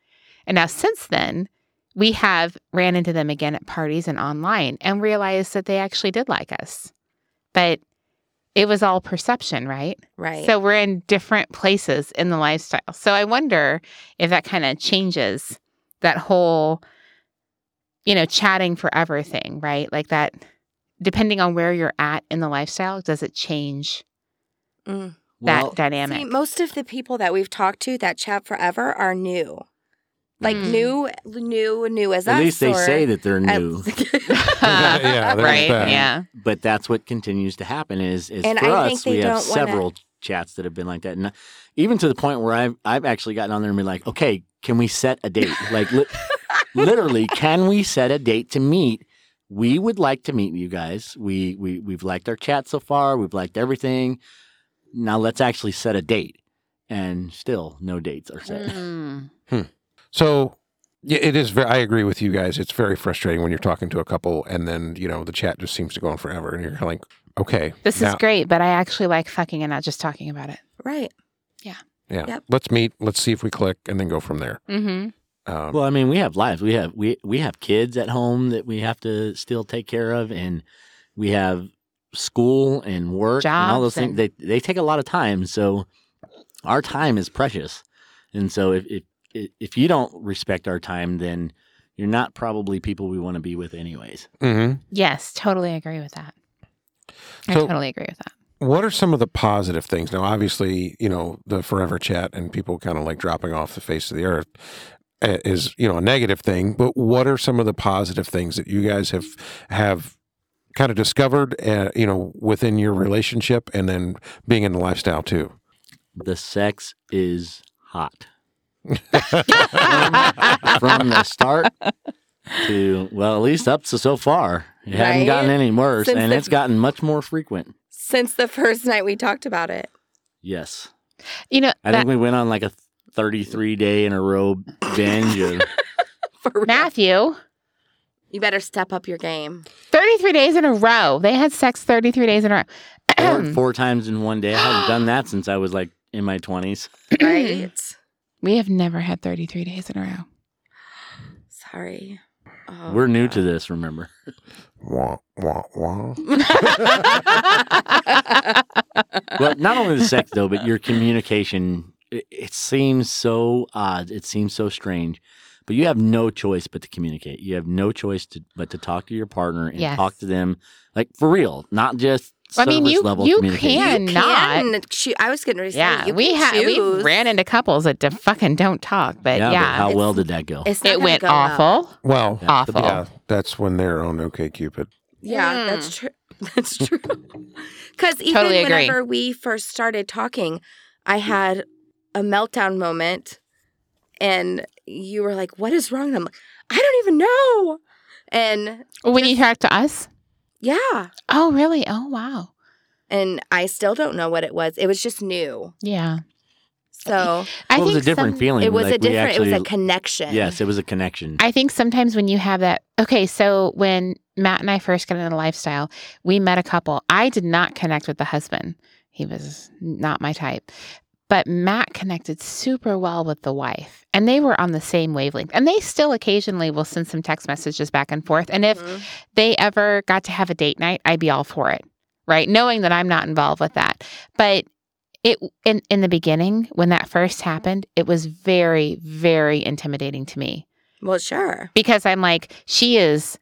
[SPEAKER 1] And now since then, we have ran into them again at parties and online and realized that they actually did like us. But it was all perception, right?
[SPEAKER 4] Right.
[SPEAKER 1] So we're in different places in the lifestyle. So I wonder if that kind of changes that whole, you know, chatting forever thing, right? Like that, depending on where you're at in the lifestyle, does it change
[SPEAKER 4] Mm.
[SPEAKER 1] that
[SPEAKER 5] Well,
[SPEAKER 1] dynamic?
[SPEAKER 4] See, most of the people that we've talked to that chat forever are new. Like
[SPEAKER 1] Mm.
[SPEAKER 4] new, new, new as
[SPEAKER 5] at
[SPEAKER 4] us.
[SPEAKER 5] least they
[SPEAKER 4] or-
[SPEAKER 5] say that they're
[SPEAKER 4] I-
[SPEAKER 5] new,
[SPEAKER 3] Yeah, there's
[SPEAKER 1] right?
[SPEAKER 3] that.
[SPEAKER 1] Yeah.
[SPEAKER 5] but that's what continues to happen. Is is
[SPEAKER 4] And
[SPEAKER 5] for
[SPEAKER 4] I think
[SPEAKER 5] us,
[SPEAKER 4] they
[SPEAKER 5] we have
[SPEAKER 4] don't wanna-
[SPEAKER 5] several chats that have been like that, and uh, even to the point where I've I've actually gotten on there and been like, okay, can we set a date? Like, li- literally, can we set a date to meet? We would like to meet you guys. We we we've liked our chat so far. We've liked everything. Now let's actually set a date, and still no dates are
[SPEAKER 4] Mm.
[SPEAKER 5] set.
[SPEAKER 3] So yeah, it is. Very, I agree with you guys. It's very frustrating when you're talking to a couple and then you know the chat just seems to go on forever, and you're kind of like, okay,
[SPEAKER 1] This
[SPEAKER 3] now-
[SPEAKER 1] is great, but I actually like fucking and not just talking about it.
[SPEAKER 4] right.
[SPEAKER 3] Yeah,
[SPEAKER 4] Yep.
[SPEAKER 3] let's meet. Let's see if we click, and then go from there.
[SPEAKER 1] Mm-hmm.
[SPEAKER 3] Um,
[SPEAKER 5] Well, I mean, we have lives. We have we we have kids at home that we have to still take care of, and we have school and work and all those
[SPEAKER 1] Jobs and-
[SPEAKER 5] things. They they take a lot of time, so our time is precious. And so if if if you don't respect our time, then you're not probably people we want to be with, anyways.
[SPEAKER 3] mhm.
[SPEAKER 1] Yes, totally agree with that. I
[SPEAKER 3] So-
[SPEAKER 1] totally agree with that.
[SPEAKER 3] What are some of the positive things? Now, obviously, you know, the forever chat and people kind of like dropping off the face of the earth uh, is, you know, a negative thing, but what are some of the positive things that you guys have have kind of discovered, uh, you know, within your relationship and then being in the lifestyle too?
[SPEAKER 5] The sex is hot from the start to well, at least up to so far. It
[SPEAKER 4] Right?
[SPEAKER 5] hasn't gotten any worse,
[SPEAKER 4] Since
[SPEAKER 5] and
[SPEAKER 4] the-
[SPEAKER 5] it's gotten much more frequent.
[SPEAKER 4] Since the first night we talked about it.
[SPEAKER 5] Yes.
[SPEAKER 1] You know,
[SPEAKER 5] I
[SPEAKER 1] that-
[SPEAKER 5] think we went on like a 33 day in a row binge. Of,
[SPEAKER 4] For real.
[SPEAKER 1] Matthew,
[SPEAKER 4] You better step up your game.
[SPEAKER 1] 33 days in a row. They had sex 33 days in a
[SPEAKER 5] four,
[SPEAKER 1] row.
[SPEAKER 5] four times in one day. I haven't done that since I was like in my 20s.
[SPEAKER 4] Right.
[SPEAKER 1] we have never had 33 days in a row.
[SPEAKER 4] Sorry. Oh,
[SPEAKER 5] We're new to
[SPEAKER 4] God.
[SPEAKER 5] this, remember?
[SPEAKER 3] Wah, wah, wah.
[SPEAKER 5] Well, not only the sex, though, but your communication. It, it seems so odd. It seems so strange. But you have no choice but to communicate. You have no choice to, but to talk to your partner and
[SPEAKER 1] Yes.
[SPEAKER 5] talk to them like for real, not just
[SPEAKER 1] I
[SPEAKER 5] service
[SPEAKER 1] mean, you-
[SPEAKER 5] level
[SPEAKER 1] you
[SPEAKER 5] communication.
[SPEAKER 1] can-
[SPEAKER 4] You
[SPEAKER 1] not.
[SPEAKER 4] can choo- I was getting ready to say,
[SPEAKER 1] yeah,
[SPEAKER 4] you
[SPEAKER 1] we
[SPEAKER 4] can
[SPEAKER 1] had we
[SPEAKER 4] choose.
[SPEAKER 1] ran into couples that d- fucking don't talk, but
[SPEAKER 5] yeah,
[SPEAKER 1] yeah,
[SPEAKER 5] but how
[SPEAKER 4] it's-
[SPEAKER 5] well did that go?
[SPEAKER 4] It's not
[SPEAKER 1] it
[SPEAKER 4] gonna
[SPEAKER 1] went
[SPEAKER 4] go well.
[SPEAKER 1] awful,
[SPEAKER 3] Well,
[SPEAKER 5] Yeah. That's the
[SPEAKER 1] awful.
[SPEAKER 3] yeah, that's when they're on OK Cupid.
[SPEAKER 4] Yeah,
[SPEAKER 1] Mm.
[SPEAKER 4] that's true. That's true. Because even
[SPEAKER 1] Totally agree.
[SPEAKER 4] whenever we first started talking, I had a meltdown moment, and you were like, "What is wrong?" And I'm like, "I don't even know." And
[SPEAKER 1] When you talked to us,
[SPEAKER 4] yeah,
[SPEAKER 1] oh really? Oh wow,
[SPEAKER 4] and I still don't know what it was. It was just new.
[SPEAKER 1] yeah.
[SPEAKER 4] So
[SPEAKER 1] I
[SPEAKER 5] well, it was a different
[SPEAKER 1] some-
[SPEAKER 5] feeling.
[SPEAKER 4] it was
[SPEAKER 5] like,
[SPEAKER 4] a
[SPEAKER 5] we
[SPEAKER 4] different. it was a
[SPEAKER 5] actually-
[SPEAKER 4] connection.
[SPEAKER 5] Yes, it was a connection.
[SPEAKER 1] I think sometimes when you have that, okay, so when Matt and I first got into the lifestyle, we met a couple. I did not connect with the husband, he was not my type. But Matt connected super well with the wife, and they were on the same wavelength. And they still occasionally will send some text messages back and forth. And if
[SPEAKER 4] Mhm.
[SPEAKER 1] they ever got to have a date night, I'd be all for it, right? Knowing that I'm not involved with that. But it in in the beginning when that first happened, it was very very intimidating to me
[SPEAKER 4] Well, sure.
[SPEAKER 1] because I'm like she is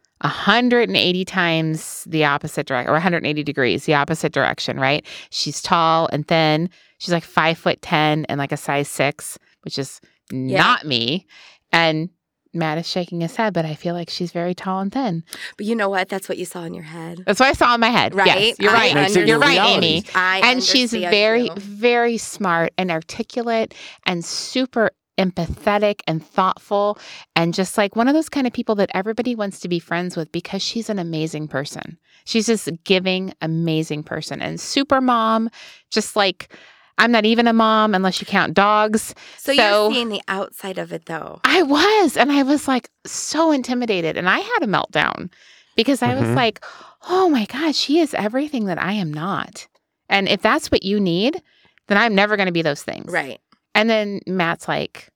[SPEAKER 1] 180 times the opposite direction or 180 degrees the opposite direction right she's tall and thin she's like five foot ten and like a size six which is
[SPEAKER 4] Yeah.
[SPEAKER 1] not me and matt is shaking his head but i feel like she's very tall and thin
[SPEAKER 4] But you know what? That's what you saw in your head.
[SPEAKER 1] that's what i saw in my head
[SPEAKER 4] Right?
[SPEAKER 1] yes you're
[SPEAKER 4] I
[SPEAKER 1] right
[SPEAKER 5] Makes it
[SPEAKER 1] you're
[SPEAKER 5] your
[SPEAKER 1] right
[SPEAKER 5] reality.
[SPEAKER 1] amy
[SPEAKER 4] I
[SPEAKER 1] and she's
[SPEAKER 4] understand
[SPEAKER 1] very
[SPEAKER 4] you.
[SPEAKER 1] very smart and articulate and super empathetic and thoughtful and just like one of those kind of people that everybody wants to be friends with because she's an amazing person she's just a giving amazing person and super mom just like i'm not even a mom unless you count dogs so-
[SPEAKER 4] So, you're seeing the outside of it, though.
[SPEAKER 1] i was and i was like so intimidated and i had a meltdown because i was
[SPEAKER 3] Mhm.
[SPEAKER 1] like oh my god she is everything that i am not and if that's what you need then i'm never going to be those things
[SPEAKER 4] Right.
[SPEAKER 1] and then Matt's like,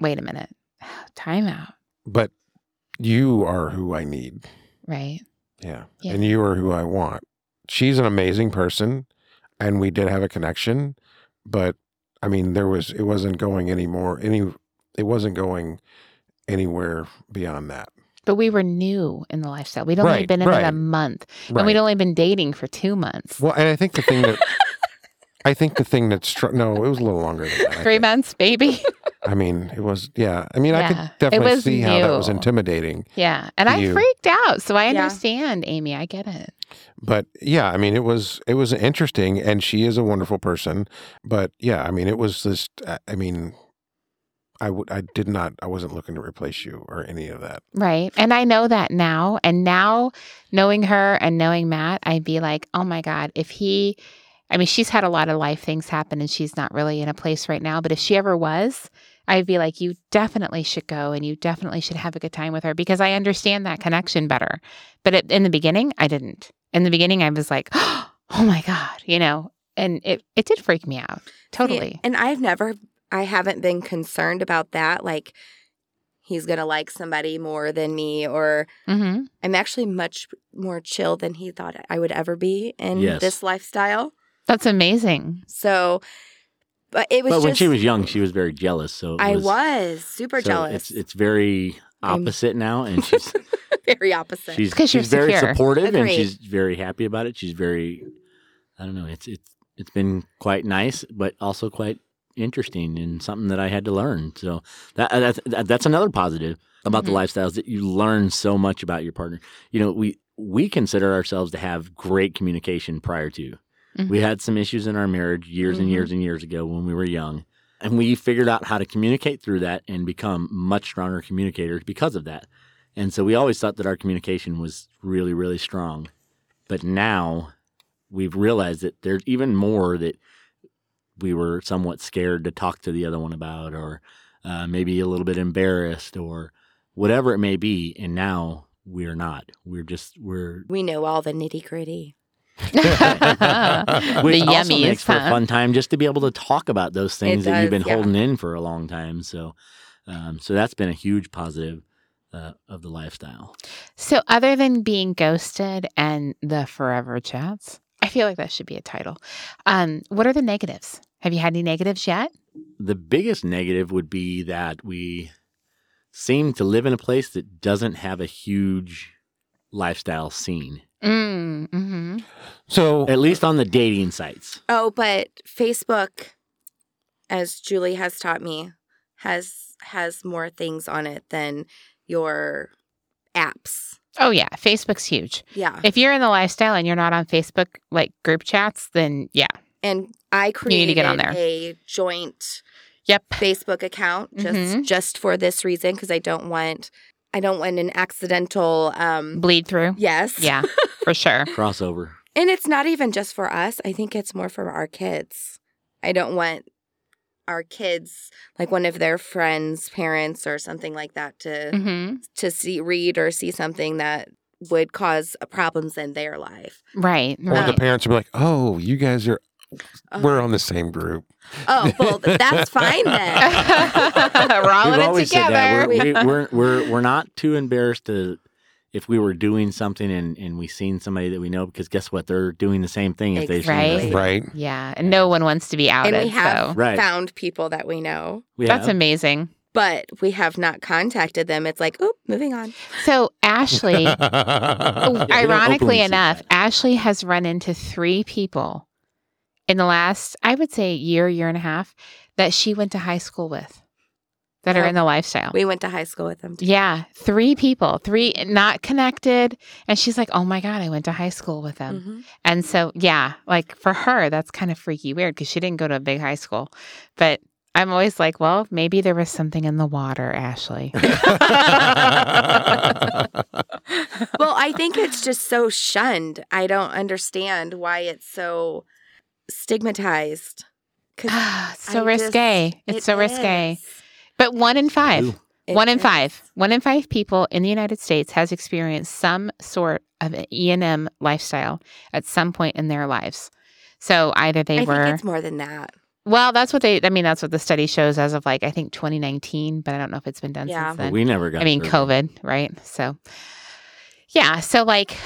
[SPEAKER 1] wait a minute, time out,
[SPEAKER 3] But you are who I need.
[SPEAKER 1] right?
[SPEAKER 3] Yeah.
[SPEAKER 1] Yeah.
[SPEAKER 3] And you are who I want. She's an amazing person and we did have a connection, but I mean there was it wasn't going anymore any it wasn't going anywhere beyond that.
[SPEAKER 1] But we were new in the lifestyle. We'd only
[SPEAKER 3] Right,
[SPEAKER 1] been in it a
[SPEAKER 3] right,
[SPEAKER 1] month,
[SPEAKER 3] Right.
[SPEAKER 1] and we'd only been dating for two months,
[SPEAKER 3] well, and I think the thing that I think the thing that struck no, it was a little longer than that. I
[SPEAKER 1] three
[SPEAKER 3] think.
[SPEAKER 1] months, baby.
[SPEAKER 3] I mean, it was yeah. I mean, I
[SPEAKER 1] Yeah. It
[SPEAKER 3] could definitely
[SPEAKER 1] was
[SPEAKER 3] see how that was
[SPEAKER 1] new.
[SPEAKER 3] intimidating.
[SPEAKER 1] yeah, and I
[SPEAKER 3] You.
[SPEAKER 1] freaked out, so I
[SPEAKER 4] Yeah.
[SPEAKER 1] understand, Amy. I get it.
[SPEAKER 3] but yeah i mean it was it was interesting and she is a wonderful person but yeah i mean it was just I- i mean i would i did not i wasn't looking to replace you or any of that
[SPEAKER 1] Right. And I know that now. And now knowing her and knowing Matt, I'd be like, oh my God, if he, I mean, she's had a lot of life things happen and she's not really in a place right now. But if she ever was, I'd be like, you definitely should go and you definitely should have a good time with her because I understand that connection better. But it, in the beginning, I didn't. In the beginning, I was like, oh my God, you know, and it, it did freak me out. Totally.
[SPEAKER 4] And I've never, I haven't been concerned about that. Like, he's going to like somebody more than me, or
[SPEAKER 1] Mm-hmm.
[SPEAKER 4] I'm actually much more chill than he thought I would ever be in
[SPEAKER 5] Yes.
[SPEAKER 4] this lifestyle.
[SPEAKER 1] That's amazing.
[SPEAKER 4] So, but it was
[SPEAKER 5] but
[SPEAKER 4] just,
[SPEAKER 5] when she was young, she was very jealous. So it
[SPEAKER 4] I
[SPEAKER 5] was,
[SPEAKER 4] was super
[SPEAKER 5] so It's
[SPEAKER 4] jealous.
[SPEAKER 5] it's very
[SPEAKER 4] I'm-
[SPEAKER 5] opposite now, and she's
[SPEAKER 4] very opposite.
[SPEAKER 5] she's,
[SPEAKER 1] 'Cause you're
[SPEAKER 5] she's very
[SPEAKER 1] secure.
[SPEAKER 5] supportive, and
[SPEAKER 4] Agreed.
[SPEAKER 5] she's very happy about it. She's very, I don't know. It's it's it's been quite nice, but also quite interesting and something that I had to learn. So that uh, that's that, that's another positive about
[SPEAKER 1] Mhm.
[SPEAKER 5] the lifestyles that you learn so much about your partner. You know, we we consider ourselves to have great communication prior to. We
[SPEAKER 1] Mhm.
[SPEAKER 5] had some issues in our marriage years and
[SPEAKER 4] Mhm.
[SPEAKER 5] years and years ago when we were young. And we figured out how to communicate through that and become much stronger communicators because of that. And so we always thought that our communication was really, really strong. But now we've realized that there's even more that we were somewhat scared to talk to the other one about, or uh, maybe a little bit embarrassed, or whatever it may be. And now we're not. We're just, we're
[SPEAKER 4] we know all the nitty gritty.
[SPEAKER 1] The
[SPEAKER 5] which also
[SPEAKER 1] yummies,
[SPEAKER 5] makes for a
[SPEAKER 1] huh?
[SPEAKER 5] fun time just to be able to talk about those things that you've
[SPEAKER 4] does,
[SPEAKER 5] been
[SPEAKER 4] yeah.
[SPEAKER 5] holding in for a long time. So, um, so that's been a huge positive uh, of the lifestyle.
[SPEAKER 1] So, other than being ghosted and the forever chats, I feel like that should be a title. Um, what are the negatives? Have you had any negatives yet?
[SPEAKER 5] The biggest negative would be that we seem to live in a place that doesn't have a huge lifestyle scene,
[SPEAKER 1] Mm, mm-hmm.
[SPEAKER 3] so
[SPEAKER 5] at least on the dating sites.
[SPEAKER 4] Oh, but Facebook, as Julie has taught me, has has more things on it than your apps.
[SPEAKER 1] Oh yeah, Facebook's huge.
[SPEAKER 4] Yeah.
[SPEAKER 1] If you're in the lifestyle and you're not on Facebook like group chats, then yeah,
[SPEAKER 4] And I created
[SPEAKER 1] need to get on there.
[SPEAKER 4] a joint
[SPEAKER 1] yep,
[SPEAKER 4] Facebook account just
[SPEAKER 1] Mhm.
[SPEAKER 4] just for this reason because I don't want I don't want an accidental um
[SPEAKER 1] bleed through.
[SPEAKER 4] yes.
[SPEAKER 1] Yeah, for sure.
[SPEAKER 5] Crossover.
[SPEAKER 4] And it's not even just for us. I think it's more for our kids. I don't want our kids like one of their friends, parents or something like that to
[SPEAKER 1] hmm
[SPEAKER 4] to see read or see something that would cause problems in their life.
[SPEAKER 1] Right,
[SPEAKER 3] or
[SPEAKER 1] right. Uh-huh.
[SPEAKER 3] the parents would be like oh you guys are
[SPEAKER 4] Oh.
[SPEAKER 3] we're on the same group
[SPEAKER 4] Oh, well, that's fine then.
[SPEAKER 1] We're all in
[SPEAKER 5] We've
[SPEAKER 1] it
[SPEAKER 5] always
[SPEAKER 1] together.
[SPEAKER 5] said that. We're, we, we're, we're, we're not too embarrassed to if we were doing something and, and we seen somebody that we know because guess what they're doing the same thing if they've
[SPEAKER 1] Exactly.
[SPEAKER 5] seen us.
[SPEAKER 3] right
[SPEAKER 1] yeah, and no one wants to be outed.
[SPEAKER 4] and we have
[SPEAKER 1] so
[SPEAKER 5] Right.
[SPEAKER 4] found people that we know.
[SPEAKER 5] We
[SPEAKER 1] that's
[SPEAKER 5] have.
[SPEAKER 1] amazing.
[SPEAKER 4] but we have not contacted them. It's like, oh, moving on.
[SPEAKER 1] So Ashley,
[SPEAKER 5] don't openly
[SPEAKER 1] Oh, ironically
[SPEAKER 5] say
[SPEAKER 1] enough,
[SPEAKER 5] that.
[SPEAKER 1] Ashley has run into three people in the last, I would say, year, year and a half that she went to high school with that are
[SPEAKER 4] Yeah.
[SPEAKER 1] in the lifestyle.
[SPEAKER 4] We went to high school with them. too.
[SPEAKER 1] Oh. yeah, three people, three not connected. And she's like, oh my God, I went to high school with them.
[SPEAKER 4] Mhm.
[SPEAKER 1] And so, yeah, like for her, that's kind of freaky weird because she didn't go to a big high school. But I'm always like, well, maybe there was something in the water, Ashley.
[SPEAKER 4] well, I think it's just so shunned. I don't understand why it's so stigmatized. 'Cause
[SPEAKER 1] Ah, so
[SPEAKER 4] I just-
[SPEAKER 1] risque. it's
[SPEAKER 4] it
[SPEAKER 1] so risque.
[SPEAKER 4] is.
[SPEAKER 1] But one in five,
[SPEAKER 5] Ooh.
[SPEAKER 4] It
[SPEAKER 1] one in
[SPEAKER 4] is.
[SPEAKER 1] five, one in five people in the United States has experienced some sort of an E&M lifestyle at some point in their lives. So either they
[SPEAKER 4] I
[SPEAKER 1] were
[SPEAKER 4] think it's more than that.
[SPEAKER 1] well, that's what they. I mean, that's what the study shows as of like I think 2019, but I don't know if it's been done
[SPEAKER 4] Yeah.
[SPEAKER 1] since
[SPEAKER 5] But
[SPEAKER 1] then.
[SPEAKER 5] we never got.
[SPEAKER 1] I mean,
[SPEAKER 5] surveyed.
[SPEAKER 1] COVID, right? So, yeah. So, like,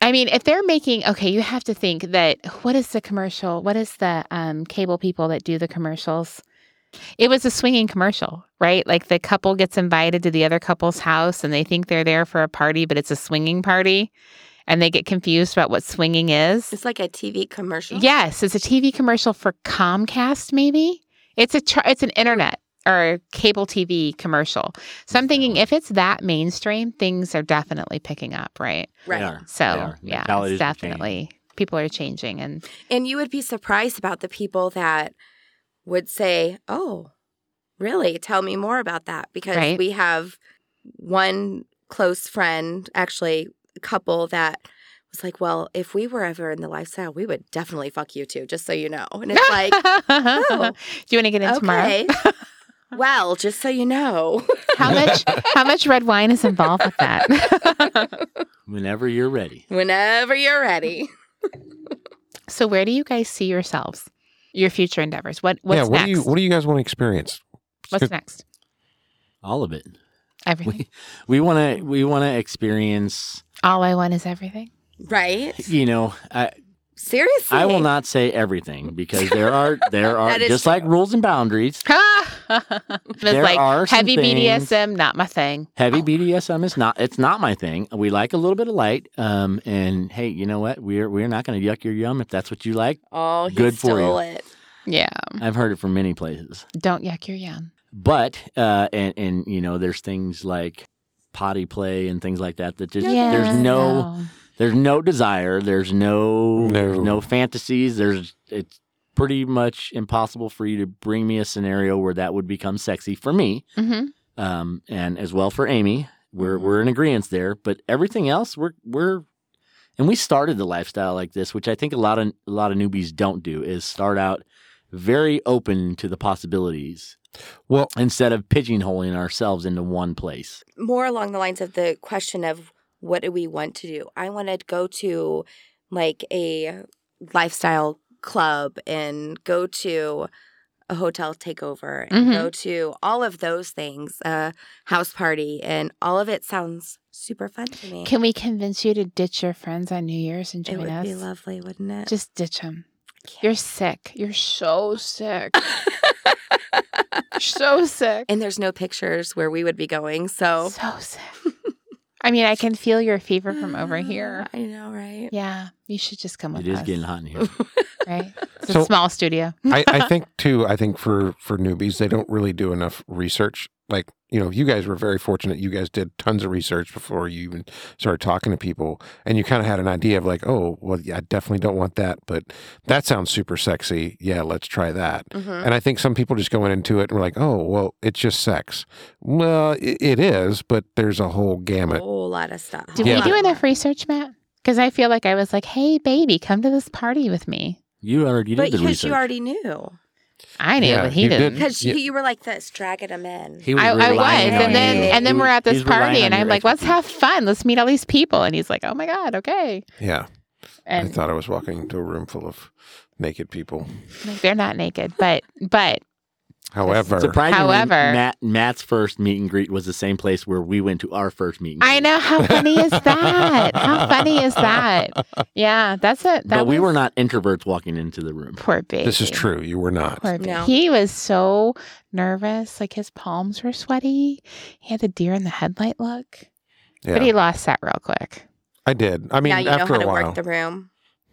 [SPEAKER 1] I mean, if they're making, okay, you have to think that what is the commercial? What is the um, cable people that do the commercials? It was a swinging commercial, right? Like the couple gets invited to the other couple's house and they think they're there for a party, but it's a swinging party and they get confused about what swinging is.
[SPEAKER 4] It's like a TV commercial.
[SPEAKER 1] Yes, it's a TV commercial for Comcast. Maybe it's a tr- it's an internet or cable TV commercial. So I'm thinking if it's that mainstream, things are definitely picking up, right?
[SPEAKER 5] They
[SPEAKER 4] Right.
[SPEAKER 5] are. They
[SPEAKER 1] So
[SPEAKER 5] are.
[SPEAKER 1] yeah,
[SPEAKER 5] Mentalities
[SPEAKER 1] it's
[SPEAKER 5] are changing.
[SPEAKER 1] definitely people are changing, and
[SPEAKER 4] And you would be surprised about the people that would say, Oh, really? Tell me more about that. Because
[SPEAKER 1] Right.
[SPEAKER 4] we have one close friend, actually, a couple that was like, Well, if we were ever in the lifestyle, we would definitely fuck you too, just so you know. And it's like, oh,
[SPEAKER 1] do you want to get in tomorrow?
[SPEAKER 4] Okay. well, just so you know.
[SPEAKER 1] How much how much red wine is involved with that?
[SPEAKER 5] Whenever you're ready.
[SPEAKER 4] Whenever you're ready.
[SPEAKER 1] so where do you guys see yourselves? Your future endeavors. What what's
[SPEAKER 3] yeah, what
[SPEAKER 1] next?
[SPEAKER 3] do you what do you guys want to experience?
[SPEAKER 1] what's next?
[SPEAKER 5] All of it.
[SPEAKER 1] Everything.
[SPEAKER 5] We we want to we want to experience.
[SPEAKER 1] All I want is everything.
[SPEAKER 4] Right?
[SPEAKER 5] You know, I,
[SPEAKER 4] Seriously.
[SPEAKER 5] I will not say everything because there are there are
[SPEAKER 4] That is
[SPEAKER 5] just like rules and boundaries.
[SPEAKER 1] it's
[SPEAKER 5] There
[SPEAKER 1] like
[SPEAKER 5] are some
[SPEAKER 1] heavy
[SPEAKER 5] things-
[SPEAKER 1] BDSM, not my thing.
[SPEAKER 5] Heavy BDSM is not it's not my thing. We like a little bit of light. Um, and hey, you know what? We're we're not going to yuck your yum if that's what you like.
[SPEAKER 4] Oh, he
[SPEAKER 5] Good for you.
[SPEAKER 4] stole it.
[SPEAKER 1] Yeah,
[SPEAKER 5] I've heard it from many places.
[SPEAKER 1] don't yuck your yum.
[SPEAKER 5] But uh, and and you know, there's things like potty play and things like that that just
[SPEAKER 1] yeah,
[SPEAKER 5] there's no there's no desire there's no
[SPEAKER 3] No.
[SPEAKER 5] there's no fantasies there's it's pretty much impossible for you to bring me a scenario where that would become sexy for me
[SPEAKER 1] hmm
[SPEAKER 5] um, and as well for amy we're we're in agreement there but everything else we're we're and we started the lifestyle like this which i think a lot of a lot of newbies don't do is start out very open to the possibilities
[SPEAKER 3] Well,
[SPEAKER 5] instead of pigeonholing ourselves into one place
[SPEAKER 4] more along the lines of the question of what do we want to do? I want to go to like a lifestyle club and go to a hotel takeover and
[SPEAKER 1] Mhm.
[SPEAKER 4] go to all of those things, a house party, and all of it sounds super fun to me.
[SPEAKER 1] Can we convince you to ditch your friends on New Year's and
[SPEAKER 4] it
[SPEAKER 1] join
[SPEAKER 4] would
[SPEAKER 1] us?
[SPEAKER 4] be lovely, wouldn't it?
[SPEAKER 1] Just ditch them. You're sick. You're so sick. You're so sick.
[SPEAKER 4] and there's no pictures where we would be going, so
[SPEAKER 1] So sick. I mean, I can feel your fever from over here.
[SPEAKER 4] I know, right?
[SPEAKER 1] Yeah, you should just come with
[SPEAKER 5] it is
[SPEAKER 1] us.
[SPEAKER 5] getting hot in here
[SPEAKER 1] right. It's
[SPEAKER 3] So-
[SPEAKER 1] a small studio.
[SPEAKER 3] I, I think too. I think for for newbies, they don't really do enough research. Like you know, you guys were very fortunate. You guys did tons of research before you even started talking to people, and you kind of had an idea of like, oh, well, yeah, I definitely don't want that, but that sounds super sexy. Yeah, let's try that.
[SPEAKER 4] Mhm.
[SPEAKER 3] And I think some people just go into it and we're like, oh, well, it's just sex. Well, i it is, but there's a whole
[SPEAKER 4] A
[SPEAKER 3] gamut.
[SPEAKER 4] whole lot of stuff.
[SPEAKER 1] Did
[SPEAKER 3] Yeah.
[SPEAKER 1] we do enough research, Matt? Because I feel like I was like, "Hey, baby, come to this party with me."
[SPEAKER 5] you already
[SPEAKER 4] But
[SPEAKER 5] did the
[SPEAKER 4] because
[SPEAKER 5] research
[SPEAKER 4] you already knew.
[SPEAKER 1] I knew,
[SPEAKER 3] Yeah,
[SPEAKER 1] but he
[SPEAKER 3] you
[SPEAKER 1] didn't.
[SPEAKER 3] didn't.
[SPEAKER 4] Because
[SPEAKER 3] Mm, Yeah.
[SPEAKER 4] you, you were like this, dragging them in.
[SPEAKER 5] He
[SPEAKER 1] I, I was,
[SPEAKER 5] relying
[SPEAKER 4] on
[SPEAKER 1] and then
[SPEAKER 4] you.
[SPEAKER 1] and then
[SPEAKER 5] He-
[SPEAKER 1] we're at this
[SPEAKER 5] he's relying
[SPEAKER 1] party,
[SPEAKER 5] on
[SPEAKER 1] and
[SPEAKER 5] your
[SPEAKER 1] I'm like, "Let's have
[SPEAKER 5] expertise.
[SPEAKER 1] fun. Let's meet all these people." And he's like, "Oh my god, okay."
[SPEAKER 3] Yeah. I
[SPEAKER 1] And
[SPEAKER 3] thought I was walking into a room full of naked people.
[SPEAKER 1] they're not naked, but but
[SPEAKER 3] However,
[SPEAKER 5] Surprisingly,
[SPEAKER 1] However-
[SPEAKER 5] Matt, Matt's first meet and greet was the same place where we went to our first meet and greet.
[SPEAKER 1] I know how funny is that? How funny is that? Yeah, that's it. That
[SPEAKER 5] but we
[SPEAKER 1] was-
[SPEAKER 5] were not introverts walking into the room.
[SPEAKER 1] poor baby.
[SPEAKER 3] this is true. You were not.
[SPEAKER 1] Poor baby.
[SPEAKER 4] No.
[SPEAKER 1] He was so nervous, like his palms were sweaty. He had the deer in the headlight look, but
[SPEAKER 3] Yeah,
[SPEAKER 1] he lost that real quick.
[SPEAKER 3] I did. I mean,
[SPEAKER 4] now you know
[SPEAKER 3] after
[SPEAKER 4] how
[SPEAKER 3] a
[SPEAKER 4] to
[SPEAKER 3] while,
[SPEAKER 4] work the room.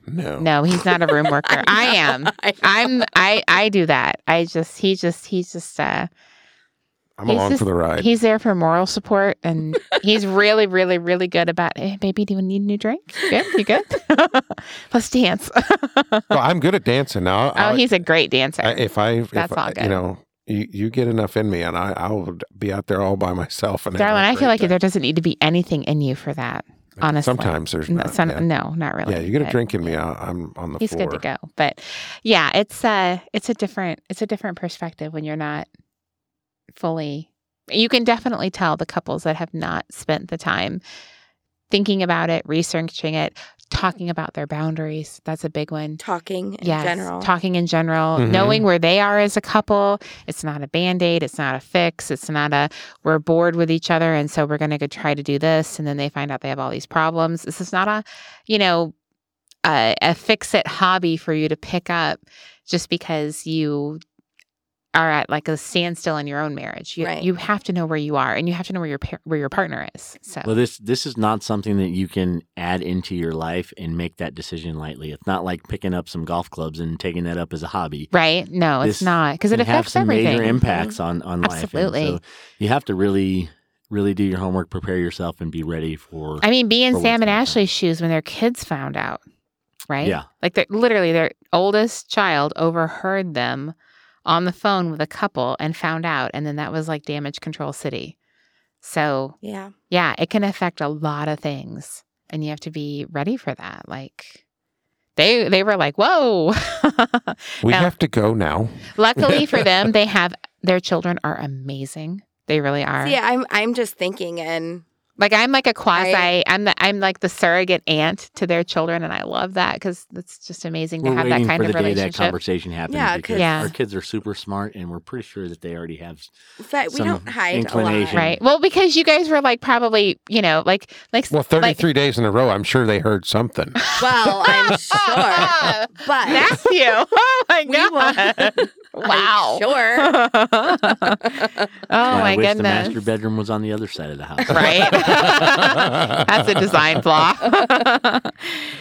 [SPEAKER 3] no,
[SPEAKER 1] No, he's not a room worker. I am. I'm. I I do that. I just. He just. He's just. Uh.
[SPEAKER 3] I'm
[SPEAKER 1] he's
[SPEAKER 3] along
[SPEAKER 1] just-
[SPEAKER 3] for the ride.
[SPEAKER 1] He's there for moral support, and he's really, really, really good about. Hey, baby, do you need a new drink? Yeah, you good? Let's dance.
[SPEAKER 3] Well, I'm good at dancing now.
[SPEAKER 1] Oh,
[SPEAKER 3] I-
[SPEAKER 1] he's a great dancer.
[SPEAKER 3] I, if I, if
[SPEAKER 1] That's
[SPEAKER 3] I-
[SPEAKER 1] all good.
[SPEAKER 3] you know, you, you get enough in me, and I, I will be out there all by myself. And
[SPEAKER 1] Darling,
[SPEAKER 3] having a
[SPEAKER 1] I feel
[SPEAKER 3] great
[SPEAKER 1] like
[SPEAKER 3] day.
[SPEAKER 1] there doesn't need to be anything in you for that. honestly.
[SPEAKER 3] sometimes there's
[SPEAKER 1] No,
[SPEAKER 3] not,
[SPEAKER 1] some-
[SPEAKER 3] yeah.
[SPEAKER 1] no not really.
[SPEAKER 3] yeah, you get a
[SPEAKER 1] but
[SPEAKER 3] drink in me, I, I'm on the
[SPEAKER 1] He's
[SPEAKER 3] floor.
[SPEAKER 1] good to go. But yeah, it's uh it's a different it's a different perspective when you're not fully you can definitely tell the couples that have not spent the time thinking about it, researching it, talking about their boundaries. That's a big one.
[SPEAKER 4] Talking in
[SPEAKER 1] yes,
[SPEAKER 4] general.
[SPEAKER 1] talking in general,
[SPEAKER 5] Mm-hmm.
[SPEAKER 3] Mhm.
[SPEAKER 1] knowing where they are as a couple. It's not a band aid. It's not a fix. It's not a we're bored with each other and so we're going to go try to do this, and then they find out they have all these problems. This is not a, you know, a, a fix it hobby for you to pick up just because you are at like a standstill in your own marriage. You
[SPEAKER 4] Right.
[SPEAKER 1] you have to know where you are, and you have to know where your par- where your partner is. So
[SPEAKER 5] Well, this this is not something that you can add into your life and make that decision lightly. It's not like picking up some golf clubs and taking that up as a hobby.
[SPEAKER 1] right? No, it's
[SPEAKER 5] this
[SPEAKER 1] not because it
[SPEAKER 5] can have
[SPEAKER 1] affects
[SPEAKER 5] some
[SPEAKER 1] everything. Mm-hmm.
[SPEAKER 5] major impacts on on life.
[SPEAKER 1] Absolutely.
[SPEAKER 5] And so you have to really really do your homework, prepare yourself, and be ready for.
[SPEAKER 1] I mean, be in
[SPEAKER 5] for what's
[SPEAKER 1] Sam and
[SPEAKER 5] gonna happen.
[SPEAKER 1] Ashley's shoes when their kids found out, right?
[SPEAKER 5] Yeah.
[SPEAKER 1] Like they're literally their oldest child overheard them on the phone with a couple and found out. And then that was like damage control city. So,
[SPEAKER 4] Yeah.
[SPEAKER 1] yeah, it can affect a lot of things. And you have to be ready for that. Like, they, they were like, whoa.
[SPEAKER 3] We
[SPEAKER 1] Now-
[SPEAKER 3] have to go now.
[SPEAKER 1] Luckily for them, they have their children are amazing. They really are.
[SPEAKER 4] See, I'm I'm just thinking and
[SPEAKER 1] Like I'm like a quasi.
[SPEAKER 4] Right.
[SPEAKER 1] I'm the, I'm like the surrogate aunt to their children, and I love that because it's just amazing
[SPEAKER 5] We're
[SPEAKER 1] to have
[SPEAKER 5] waiting
[SPEAKER 1] that kind
[SPEAKER 5] for
[SPEAKER 1] of
[SPEAKER 5] the day that
[SPEAKER 1] relationship.
[SPEAKER 5] conversation happens.
[SPEAKER 4] Yeah, 'cause-
[SPEAKER 5] because
[SPEAKER 1] Yeah.
[SPEAKER 5] our kids are super smart, and we're pretty sure that they already have.
[SPEAKER 4] but we
[SPEAKER 5] Some
[SPEAKER 4] don't hide
[SPEAKER 5] inclination.
[SPEAKER 4] a lot.
[SPEAKER 1] Right. Well, because you guys were like probably, you know, like like
[SPEAKER 3] Well, 33 days in a row, I'm sure they heard something.
[SPEAKER 4] Well, I'm sure. But
[SPEAKER 1] That's you. Oh my
[SPEAKER 4] We
[SPEAKER 1] god.
[SPEAKER 4] I'm
[SPEAKER 1] wow.
[SPEAKER 4] Sure.
[SPEAKER 1] oh
[SPEAKER 5] Well, I
[SPEAKER 1] my
[SPEAKER 5] wish
[SPEAKER 1] goodness.
[SPEAKER 5] the master bedroom was on the other side of the house.
[SPEAKER 1] right. That's a design flaw.
[SPEAKER 4] But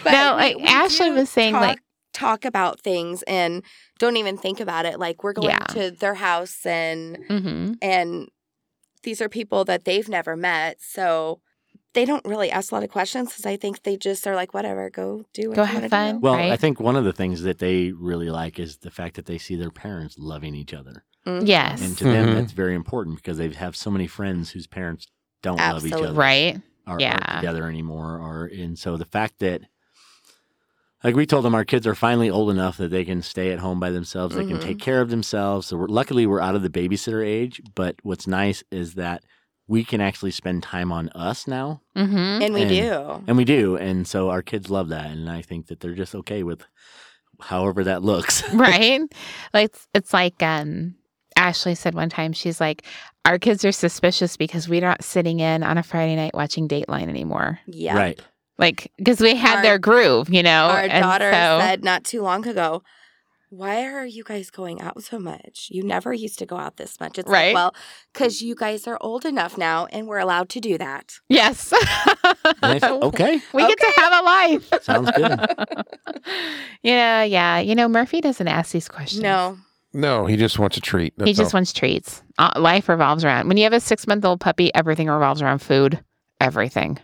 [SPEAKER 1] no,
[SPEAKER 4] we-
[SPEAKER 1] like
[SPEAKER 4] we
[SPEAKER 1] Ashley
[SPEAKER 4] do
[SPEAKER 1] was saying,
[SPEAKER 4] talk,
[SPEAKER 1] like
[SPEAKER 4] talk about things and don't even think about it. Like we're going
[SPEAKER 1] Yeah.
[SPEAKER 4] to their house and
[SPEAKER 1] mhm.
[SPEAKER 4] and these are people that they've never met, so they don't really ask a lot of questions because I think they just are like, whatever, go do what
[SPEAKER 1] Go
[SPEAKER 4] you
[SPEAKER 1] have
[SPEAKER 4] wanna do.
[SPEAKER 1] fun.
[SPEAKER 5] Well, I
[SPEAKER 1] right?
[SPEAKER 5] think one of the things that they really like is the fact that they see their parents loving each other.
[SPEAKER 4] Mhm.
[SPEAKER 1] yes.
[SPEAKER 5] And to them,
[SPEAKER 3] Mhm.
[SPEAKER 5] that's very important because they have so many friends whose parents don't love each
[SPEAKER 4] Absolutely.
[SPEAKER 5] other
[SPEAKER 1] right.
[SPEAKER 5] or aren't
[SPEAKER 1] Yeah.
[SPEAKER 5] together anymore. Or And so the fact that, like we told them, our kids are finally old enough that they can stay at home by themselves. They
[SPEAKER 4] Mhm.
[SPEAKER 5] can take care of themselves. So we're, luckily, we're out of the babysitter age. But what's nice is that we can actually spend time on us now.
[SPEAKER 1] Mhm.
[SPEAKER 4] And we
[SPEAKER 5] And-
[SPEAKER 4] do.
[SPEAKER 5] And we do. And so our kids love that. And I think that they're just okay with however that looks.
[SPEAKER 1] right? Like it's, it's like um Ashley said one time she's like our kids are suspicious because we're not sitting in on a Friday night watching Dateline anymore.
[SPEAKER 4] Yeah.
[SPEAKER 5] Right.
[SPEAKER 1] Like cuz we had
[SPEAKER 4] Our-
[SPEAKER 1] their groove, you know.
[SPEAKER 4] Our
[SPEAKER 1] Oh, and
[SPEAKER 4] daughter
[SPEAKER 1] so-
[SPEAKER 4] said not too long ago, why are you guys going out so much? You never used to go out this much. It's
[SPEAKER 1] Right.
[SPEAKER 4] like, well, because you guys are old enough now and we're allowed to do that.
[SPEAKER 1] yes.
[SPEAKER 5] And I said, okay.
[SPEAKER 1] we get to have a life.
[SPEAKER 5] Sounds good.
[SPEAKER 1] yeah, yeah. You know Murphy doesn't ask these questions.
[SPEAKER 4] No.
[SPEAKER 3] no, he just wants a treat.
[SPEAKER 1] He
[SPEAKER 3] That's
[SPEAKER 1] just
[SPEAKER 3] all.
[SPEAKER 1] wants treats. Uh, life revolves around. When you have a 6-month-old puppy, everything revolves around food. Everything.